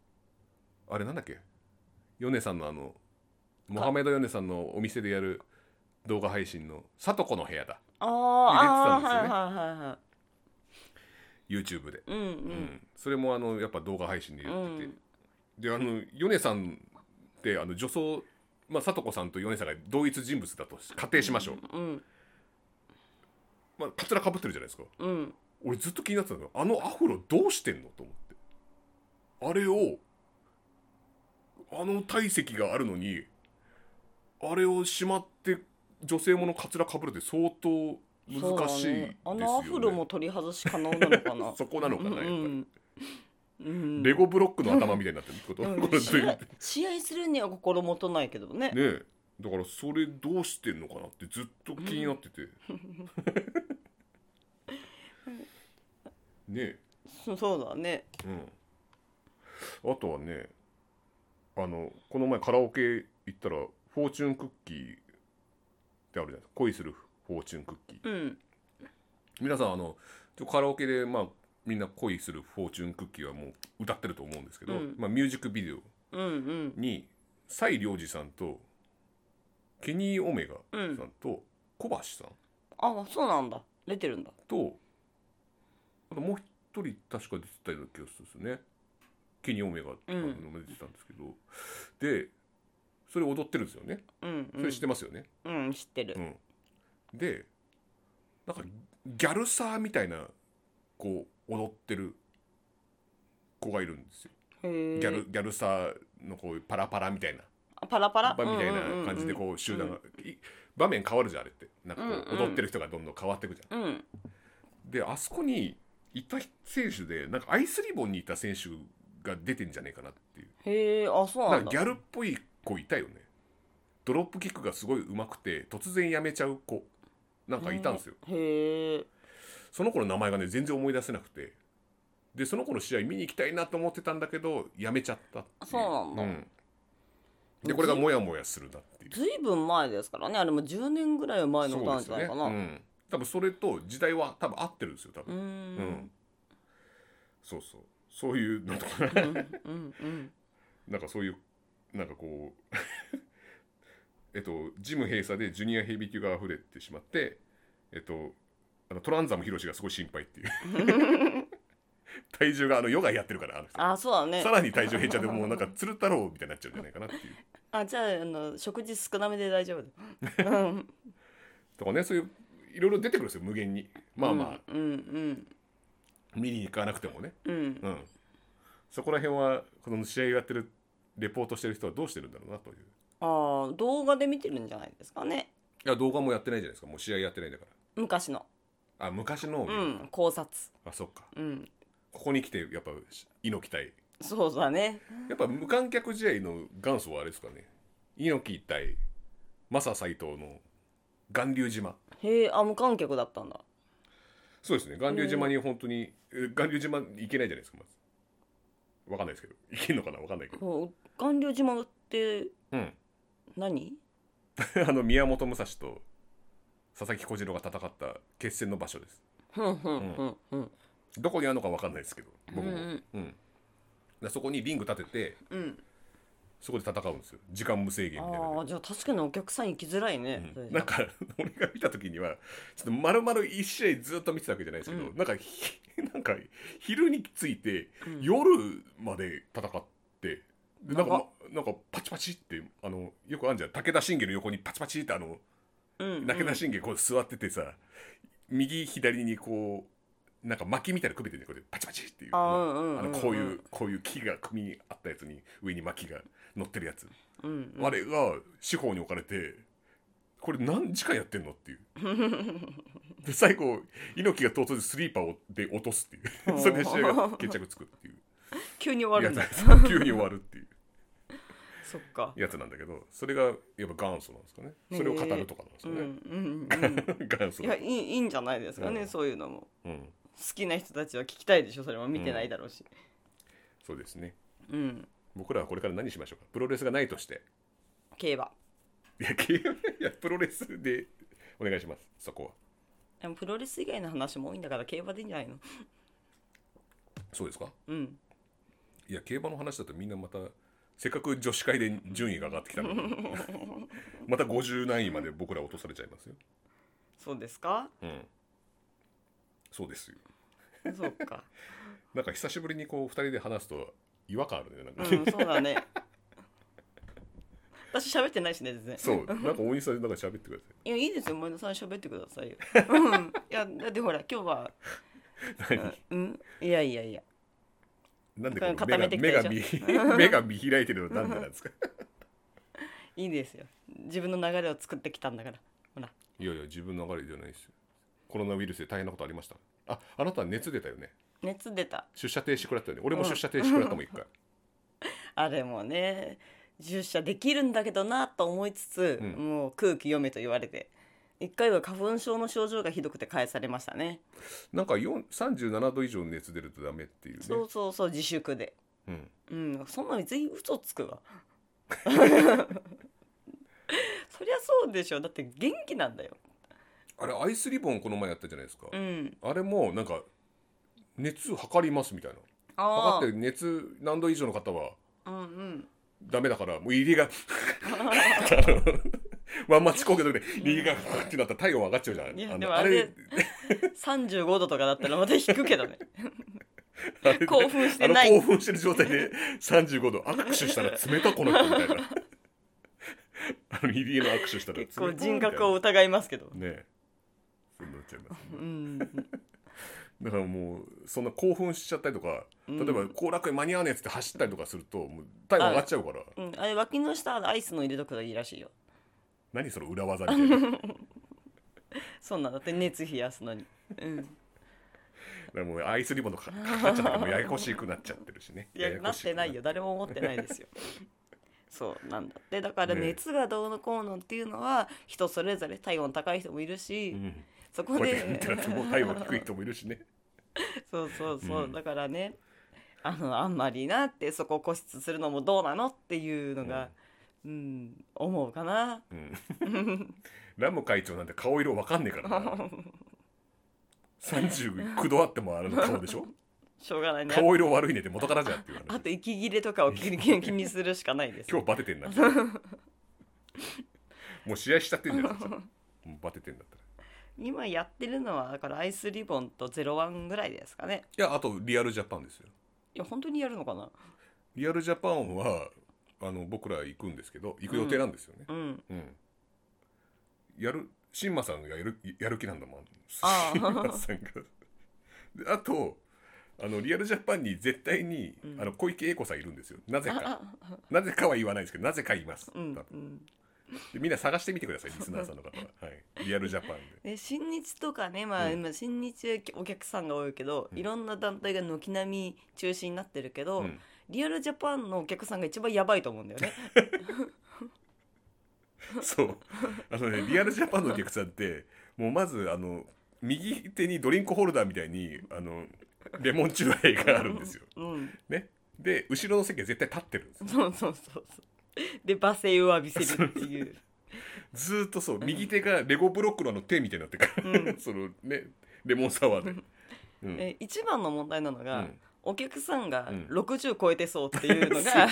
あれなんだっけヨネさんのあのモハメド・ヨネさんのお店でやる動画配信の「さとこの部屋だあー入れてたんあーですよはいねはいはいは」 YouTube で、いうんうんそれもあのやっぱ動画配信でうやってんて、うんであの米さんってあの女装まあ聡子さんと米さんが同一人物だと仮定しましょう、うんまあ、かつらかぶってるじゃないですかうん俺ずっと気になってたのよあのアフロどうしてんのと思ってあれをあの体積があるのにあれをしまって女性ものかつらかぶるって相当そうだ難しいですよ、ねね、あのアフロも取り外し可能なのかな <laughs> そこなのかなやっぱり、うんうんレゴブロックの頭みたいになってるってこと、うんこれどう試いう合試合するには心もとないけどねねえだからそれどうしてんのかなってずっと気になっ <laughs> てて、ねえそそうだねうんあとはねあのこの前カラオケ行ったら「フォーチュンクッキー」ってあるじゃないですか恋するフォーチュンクッキーうん皆さんあのちょカラオケでまあみんな恋するフォーチュンクッキーはもう歌ってると思うんですけど、うんまあ、ミュージックビデオうんうんに西良二さんとケニー・オメガさんと小橋さんあそうなんだ出てるんだとあともう一人確か出てたような気がするんですよねケニー・オメガっていうのも出てたんですけど、でそれ踊ってるんですよねうんうそんれ知ってますよね、うん知ってるうんでなんかギャルサーみたいなこう踊ってる子がいるんですよギギャルギャルサーのこういうパラパラみたいなパラパラみたいな感じでこう集団が、い場面変わるじゃんあれってなんかこううんうん踊ってる人がどんどん変わっていくじゃん。うんうんであそこにいた選手でなんかアイスリボンにいた選手が出てんじゃねえかなっていうへえあそうななんんかだギャルっぽい子いたよねドロップキックがすごい上手くて突然やめちゃう子なんかいたんですよ、へえその子の名前がね全然思い出せなくてでその子の試合見に行きたいなと思ってたんだけどやめちゃったっていそうなんだんでこれがモヤモヤするなっていうずいぶん前ですからねあれも10年ぐらい前のそ歌うなでんすじよゃねないかなううん、多分それと時代は多分合ってるんですよ多ー分、うんんそうそうそういうのとかうんうんうんなんかそういうなんかこう <laughs> えっとジム閉鎖でジュニアヘビー級が溢れてしまってえっとあのトランザムヒロシがすごい心配っていう <laughs> 体重があのヨガやってるからあの人あそうだねさらに体重減っちゃってもうなんか鶴太郎みたいになっちゃうんじゃないかなっていうあじゃああの食事少なめで大丈夫うんとかねそういういろいろ出てくるんですよ無限に <laughs> まあまあ、うんうん見に行かなくてもねうんうんうんそこら辺はこの試合やってるレポートしてる人はどうしてるんだろうなというああ動画で見てるんじゃないですかねいや動画もやってないじゃないですかもう試合やってないんだか昔のらあ昔のを見うる、ん考察あそっかうんここに来てやっぱ猪木対そうだねやっぱ無観客試合の元祖はあれですかね猪木対マサ斎藤の巌流島へえあ無観客だったんだそうですね巌流島に本当にえ巌流島行けないじゃないですかまずわかんないですけど行けんのかなわかんないけどもう巌流島ってうん何 <laughs> あの宮本武蔵と佐々木小次郎が戦った決戦の場所ですふんふんふんふんどこにあるのかわかんないですけど僕もうんうんうんだからそこにリング立ててうんそこで戦うんですよ時間無制限みたいなああじゃあ確かにお客さん行きづらいね、それじゃなんか <laughs> 俺が見た時にはちょっと丸々1試合ずっと見てたわけじゃないですけど、うんなんかひ <laughs> なんか昼についてうん夜まで戦って、でなんか長っまなんかパチパチってあのよくあるじゃん武田信玄の横にパチパチってあのうんうん武田信玄こう座っててさ、右左にこうなんか薪みたいなのくべてるねこれパチパチっていうああうんうんうんのこういうこういう木が組にあったやつに上に薪が乗ってるやつ、うんうんあれが四方に置かれてこれ何時間やってんのっていうで最後猪木が唐突にスリーパーをで落とすっていおーうそれで試合が決着つくっていう急に終わるやんつだなんです急に終わるっていうそっかやつなんだけどそれがやっぱ元祖なんですかねそれを語るとかなんですうよんね、うん <laughs> うん元祖いやいいいいんじゃないですかね、うんそういうのもうん好きな人たちは聞きたいでしょそれも見てないだろうしそうですねうん、僕らはこれから何しましょうかプロレスがないとして競馬いやゲームいやプロレスでお願いしますそこはでもプロレス以外の話も多いんだから競馬でいいんじゃないのそうですかうんいや競馬の話だとみんなまたせっかく女子会で順位が上がってきたの <laughs> にまた50何位まで僕ら落とされちゃいますよそうですかうんそうですよそうかなんか久しぶりにこう2人で話すと違和感あるねなんうか、んそうだね私喋ってないしね全然 <laughs> そうなんか大西さんなんか喋ってくださいいやいいですよ前田さん喋ってくだ <laughs> さいよ、うん、いやだってほら今日はうんいやいやいや <laughs> なんでこの固めてき目たがで目が <laughs> 見目が見開いてるのなんでなんですかいいですよ自分の流れを作ってきたんだからほらいやいや自分の流れじゃないですよコロナウイルスで大変なことありましたああなたは熱出たよね熱出た出社停止食らったよね俺も出社停止食らったもん一 <laughs> 回、あれもね出社できるんだけどなと思いつつ、うんもう空気読めと言われて一回は花粉症の症状がひどくて返されましたねなんか4 37度以上熱出るとダメっていうねそうそうそう自粛でうん、うんそんなに全員嘘つくわそりゃそうでしょだって元気なんだよあれアイスリボンこの前やったじゃないですか、うんあれもなんか熱測りますみたいなああ測って熱何度以上の方はうんうんダメだからもう入り <laughs> がワンマッチ効果で入りがってなったら体温上がっちゃうじゃんいやのでもあれ35度とかだったらまた引くけどね興奮してないあの興奮してる状態で35度握手したら冷たこの人みたいなあの入り江の握手したら冷結た構人格を疑いますけどねえそうなっちゃいますうんだからもうそんな興奮しちゃったりとか例えば後楽園間に合わねえっつって走ったりとかするともう体温上がっちゃうからうん、あれ脇の下アイスの入れとくといいらしいよ何その裏技みたいなだかそんなんだって熱冷やすのにうんら <laughs> もうアイスリボンとかかかっちゃったからもうややこしくなっちゃってるしねいややなこっしくてないよ誰も思ってない <laughs> ですよそうなんだってだからねえ熱がどうのこうのっていうのは人それぞれ体温高い人もいるし、うんそここうやってやでってるともう体温低い人もいるしね <laughs> そうそうそう、うんだからねあのあんまりなってそこを固執するのもどうなのっていうのが、うん思うかなうんラム会長なんて顔色わかんねえか <laughs> らな39度あってもあれの顔でしょしょうがないね顔色悪いねって元からじゃんっていうあ話と息切れとかを気に気にするしかないです今日バテてんな <laughs> もう試合しちゃってん <laughs> じゃないですかもうバテてんだったら今やってるのはだからアイスリボンとゼロワンぐらいですかねいやあとリアルジャパンですよいや本当にやるのかなリアルジャパンはあの僕ら行くんですけど行く予定なんですよね、うんうんやる新馬さんがやるやる気なんだもんああ新馬さんがであとあのリアルジャパンに絶対に、うんあの小池栄子さんいるんですよなぜかあなぜかは言わないですけどなぜかいます、うん多う分んでみんな探してみてくださいリスナーさんの方は、はい、リアルジャパンでで新日とかねまあ、うん今新日はお客さんが多いけど、うんいろんな団体が軒並み中止になってるけど、うんリアルジャパンのお客さんが一番やばいと思うんだよね <laughs> そうあのねリアルジャパンのお客さんってもうまずあの右手にドリンクホルダーみたいにあのレモンチューハイ <laughs> があるんですよ。うんね、で後ろの席は絶対立ってるんですよそうそうそうそうで罵声を浴びせるっていうずーっとそう右手がレゴブロックのあの手みたいになってから、 <laughs> う <laughs> そのねレモンサワーで。うんえ一番の問題なのが、うんお客さんがうん60超えてそうっていうの <laughs> が、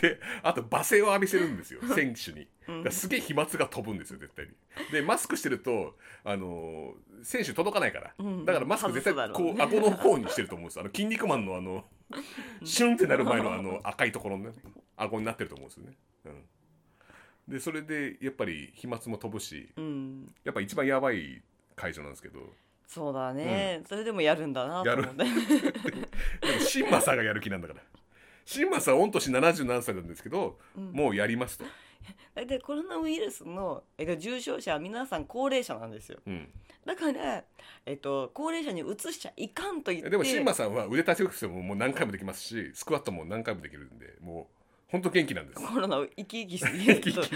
であと罵声を浴びせるんですよ選手うに。んだからすげえ飛沫が飛ぶんですよ絶対に。でマスクしてると、あのー選手届かないから、うんだからマスク絶対外すだろこうう顎の方にしてると思うんですよあの筋肉マンのあのシュンってなる前のあの赤いところのね顎になってると思うんですよね。うん、でそれでやっぱり飛沫も飛ぶしうんやっぱ一番やばい会場なんですけどそうだね、それでもやるんだなと思ってでも新馬さんがやる気なんだから新馬さん御年77歳なんですけど、うんもうやりますと、でコロナウイルスの、えっと、重症者は皆さん高齢者なんですようん、だから、えっと、高齢者に移しちゃいかんと言ってでも新馬さんは腕立て伏せももう何回もできますしスクワットも何回もできるんでもうほんと元気なんですコロナを生き生きする生き生きコ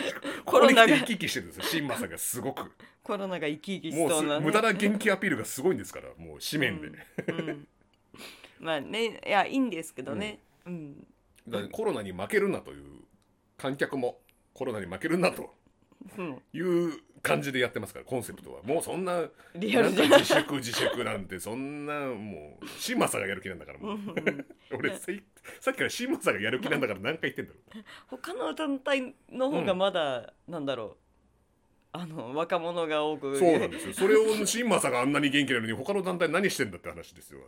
こロこにナ来がて生き生きしてるんですよ新馬さんがす <laughs> ごくコロナが生き生きしもうそすうな、無駄な元気アピールがすごいんですからもう紙面で、うんまあねいやいいんですけどね、うんだからコロナに負けるなという観客もコロナに負けるなとうん、いう感じでやってますからコンセプトはもうそんなリアなルんじかゃない自粛自粛なんてそんなもう新馬さんがやる気なんだからうもうん俺さいさっきから新馬さんがやる気なんだから何回言ってんだろ他の団体の方がまだ、なんだろうあの若者が多くうそうなんですよそれを新馬さんがあんなに元気なのに他の団体何してんだって話ですよ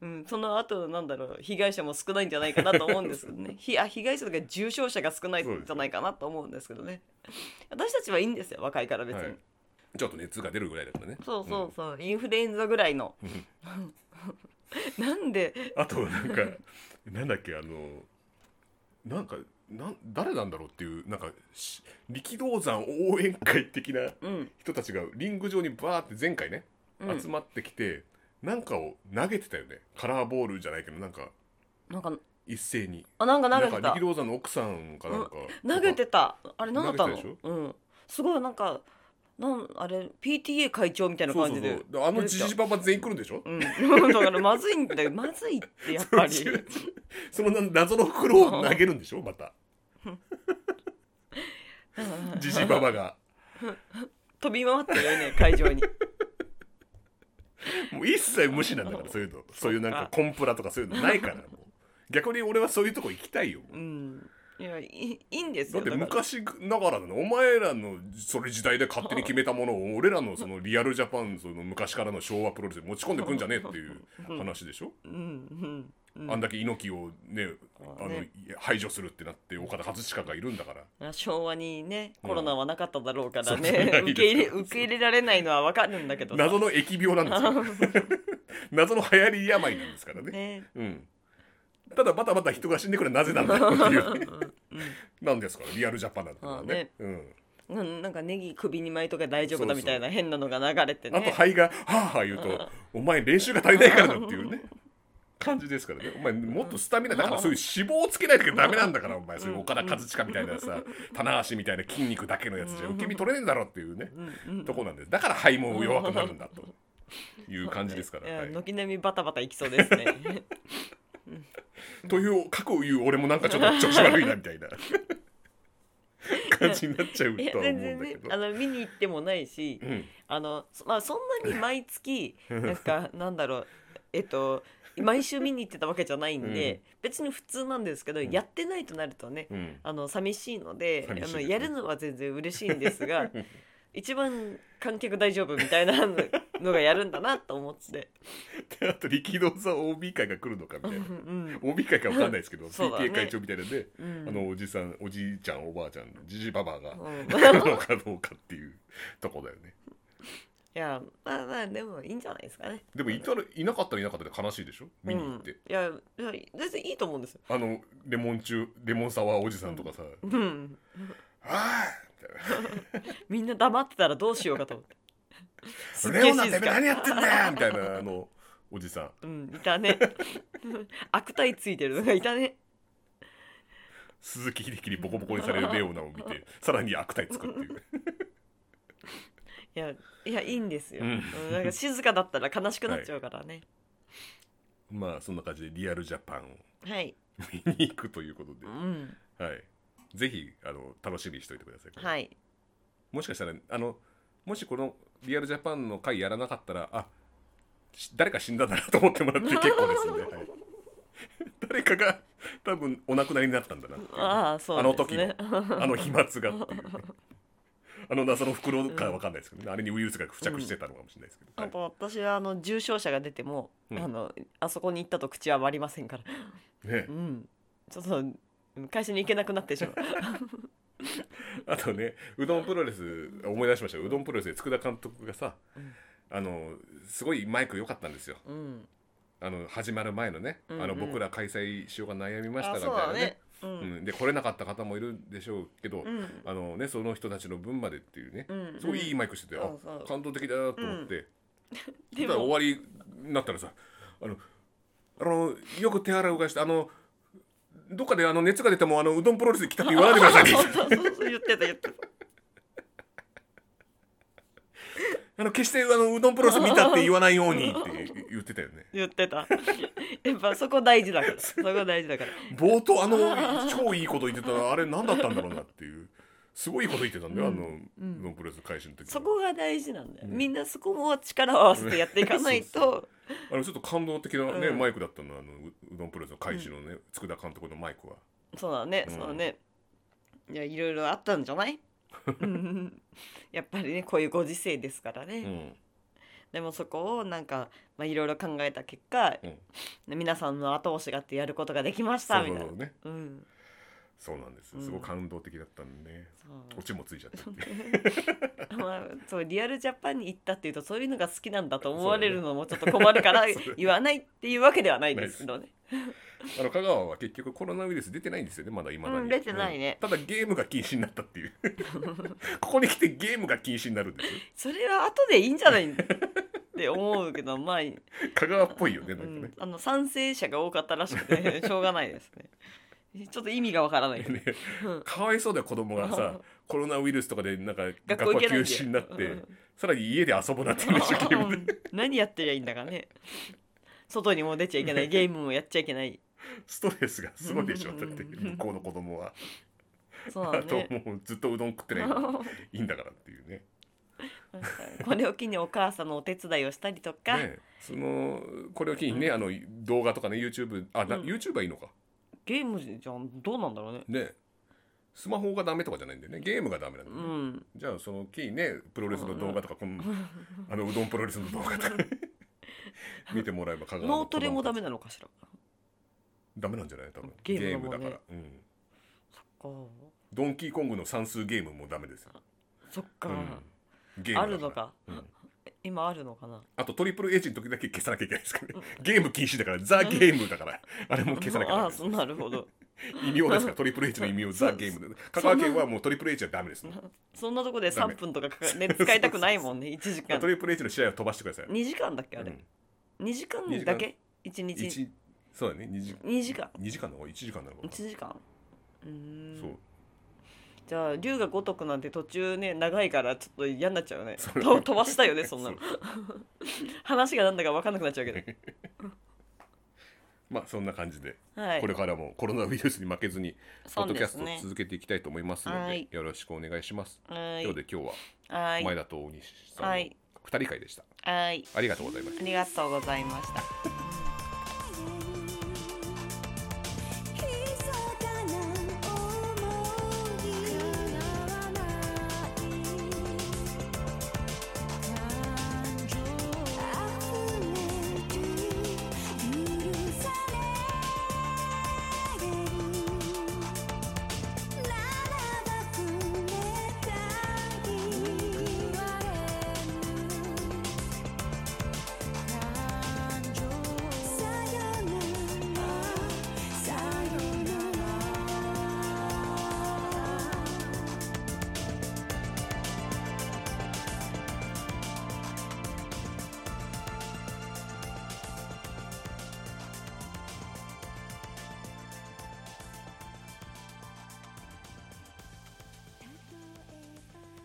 うん、その後なんだろう被害者も少ないんじゃないかなと思うんですよ <laughs> ねひあ被害者とか重症者が少ないんじゃないかなと思うんですけどね私たちはいいんですよ若いから別に、はいちょっと熱が出るぐらいだからねそうそうそう、インフルエンザぐらいの <laughs> なんであとなんかなんだっけあのなんかなん誰なんだろうっていうなんかし力道山応援会的なうん人たちがリング上にバーって前回ねうん集まってきて、なんかを投げてたよねカラーボールじゃないけどなんかなんか一斉にあなんか投なげんかてた力道山の奥さんかなんか投げてたあれ何だった投のげてたでしうんすごいなんかなんあれ PTA 会長みたいなそう感そうじそでうであのじじばば全員来るんでしょうん、 <laughs> だからまずいんだよまずいってやっ <laughs> ぱりその謎の袋を投げるんでしょまたじじばばが飛び回ってるよね会場に <laughs> もう一切無視なんだから <laughs> そういうのそういうなんかコンプラとかそういうのないからもう逆に俺はそういうとこ行きたいようんいやいいいいんですだよってだから昔ながらのお前らのそれ時代で勝手に決めたものを <laughs> 俺らのそのリアルジャパンその昔からの昭和プロレスに持ち込んでくんじゃねえっていう話でしょ、うんうんあんだけ猪木をねあのね排除するってなって岡田和親がいるんだ <laughs> からうん昭和にねコロナはなかっただろうからそうそねうな、いです受け入れ受け入れられないのはわかるんだけどさ謎の疫病なんですよ <laughs> 謎の流行り病なんですからねねうんただバタバタ人が死んでくるのはなぜなんだろうっていうねなんですからリアルジャパンなんだからねうんうんなんかネギ首に巻いとか大丈夫だみたいな変なのが流れてねあと肺が「はあはあ」言うと「お前練習が足りないからだ」っていうね感じですからねお前もっとスタミナだからそういう脂肪をつけないとダメなんだからお前そういう岡田和親みたいなさ棚橋みたいな筋肉だけのやつじゃ受け身取れねえんだろっていうねとこなんですだから肺も弱くなるんだという感じですから、いやはい軒並みバタバタいきそうです <laughs> ねという過去を言う俺もなんかちょっと調子悪いな <laughs> みたいな感じになっちゃういやとは思う全然んだねけどあ。の見に行ってもないし、うんあのそまあそんなに毎月なんかなんだろうえっと毎週見に行ってたわけじゃないんで、別に普通なんですけど、やってないとなるとね、うんあの寂しいので寂しいですあのねやるのは全然嬉しいんです <laughs> が一番観客大丈夫みたいなのがやるんだなと思 <laughs> って、であと力道山 OB 会が来るのかみたいなうん OB 会かわかんないですけ <laughs> ど、そうだね PTA 会長みたいなね、んあのおじさんおじいちゃんおばあちゃんじじばばが、うんなのかどうかっていうとこだよねいやまあまあでもいいんじゃないですかね。でもいたらいなかったらいなかったで悲しいでしょ見に行って、うん、いやいや全然いいと思うんですよ。あのレモン中レモンサワーおじさんとかさ「うん、あーみたいなみんな黙ってたらどうしようかと思って。すっげ <laughs> レえオナ静てめえか何。やってんだよ!」みたいなあのおじさうんん、いたね。悪態ついてるのがいたね。鈴木秀樹にボコボコにされるレオナを <laughs> 見てさらに悪態つくっていういや、いや、いいんですよ。ううんん、なんか静かだったら悲しくなっちゃうから <laughs> ね。まあそんな感じでリアルジャパンをはい。見に行くということでう、ん、はい、ぜひあの楽しみにしておいてください、はい。もしかしたらあのもしこのリアルジャパンの回やらなかったらあし誰か死んだんだなと思っ <laughs> てもらって結構ですんで、はい <laughs> 誰かが多分お亡くなりになったんだなっていうああ、そあのうです時のね。あの飛沫がっていうね、あの謎の袋かわかんないですけどね、あれにウイルスが付着してたのかもしれないですけど、 <laughs> あはいと私はあの重症者が出ても、うんあのあそこに行ったと口は割りませんから、ねう、ん、ちょっと会社に行けなくなってしまう。 <laughs> あとねうどんプロレス思い出しましたようどんプロレスで佃監督がさ、あのすごいマイク良かったんですようんあの始まる前のね、うんうんあの僕ら開催しようか悩みましたあがみそうたいなだねねううんん、で来れなかった方もいるでしょうけど、うんあのねその人たちの分までっていうね、うんすごいいいマイクしてて、そうそあう感動的だなと思って、でただ終もわりになったらさあのあのよく手洗いうがいしてあのどっかであの熱が出てもあのうどんプロレスに来たって言わないでくださいねそうそうそうそう言ってた言ってたあの決してあのうどんプロレス見たって言わないようにって言ってたよね言ってたやっぱそこ大事だからそこ大事だから冒頭あの超いいこと言ってたらあれ何だったんだろうなっていうすごいこと言ってたんだよ、あのうどんプロレス開始の時そこが大事なんだよ、うんみんなそこも力を合わせてやっていかないとあのちょっと感動的なね、うんマイクだったのあのううどんプロレスの開始のね、佃監督のマイクはそうだね、うんそうだねいやいろいろあったんじゃ <laughs> ないうんやっぱりねこういうご時世ですからね、うんでもそこをなんか、まあ、いろいろ考えた結果、皆さんの後押しがあってやることができましそたうみそたいうなそうねうんそうなんです、うんすごい感動的だったんでねそうオチもついちゃ <laughs> ったっていうまあ、そうリアルジャパンに行ったっていうとそういうのが好きなんだと思われるのもちょっと困るから <laughs> そう言わないっていうわけではないですけどね。あの香川は結局コロナウイルス出てないんですよねまだ今だに、うん出てないねうんただゲームが禁止になったっていう <laughs> ここに来てゲームが禁止になるんですよそれは後でいいんじゃないって思うけどまあ、う香川っぽいよねなんかね、ん、あの賛成者が多かったらしくて <laughs> しょうがないですね。ちょっと意味がわからないけど。ねかわいそうだよ子供がさコロナウイルスとかでなんか学 <laughs> 学校行校休けないんだよ止になって、うんさらに家で遊ぶなっていう一生懸 <laughs> 命何やってりゃいいんだかね。外にも出ちゃいけないゲームもやっちゃいけない。ストレスがすごいでしょだってうん向こうの子供は、そうあだとね。もうずっとうどん食ってないからいいんだからっていうね <laughs> これを機にお母さんのお手伝いをしたりとか、ねそのこれを機にね、あの動画とかね YouTube あ、なうん YouTube はいいのかゲームじゃんどうなんだろうね。ねスマホがダメとかじゃないんだよねゲームがダメなんだうよね、ん。じゃあその機にねプロレスの動画とか、このあのうどんプロレスの動画とか <laughs> 見てもらえば香川の脳トレもダメなのかしら。ダメなんじゃない多分ゲゲーームムだもだんかねら、うん、そドンキーコングの算数ゲームもダメですよ、っかそっか、うん、ゲームだあらるのか、うん今あるのかな。あとトリプル H の時だけ消さなきゃいけないですからねゲーム禁止だからザ・ゲームだからあれも消さなきゃいああけそうないなるほど。異名ですからトリプル H の異名をザ・ゲームで香川県はもうトリプル H はダメですねそんなとこでダメ3分とかか <laughs> か、ね、使いたくないもんね、1時間ト。リプル H の試合は飛ばしてください、 2時間だっけあうれん、、二 ?2 時間二時間だけ ?1 日一そうだね2時2時間2時間の方が1時間なのかな ?1 時間うーんそうじゃあ龍が如くなんて途中ね長いからちょっと嫌になっちゃうよねそとう飛ばしたよねそんなの <laughs> 話がなんだか分かんなくなっちゃうけどまあそんな感じで、はいこれからもコロナウイルスに負けずにポそッうドキでャスすトをね続けていきたいと思いますのではいよろしくお願いします、はといいうことで今日ははい前田と大西さんのは2い人会でした、はいありがとうございましたありがとうございました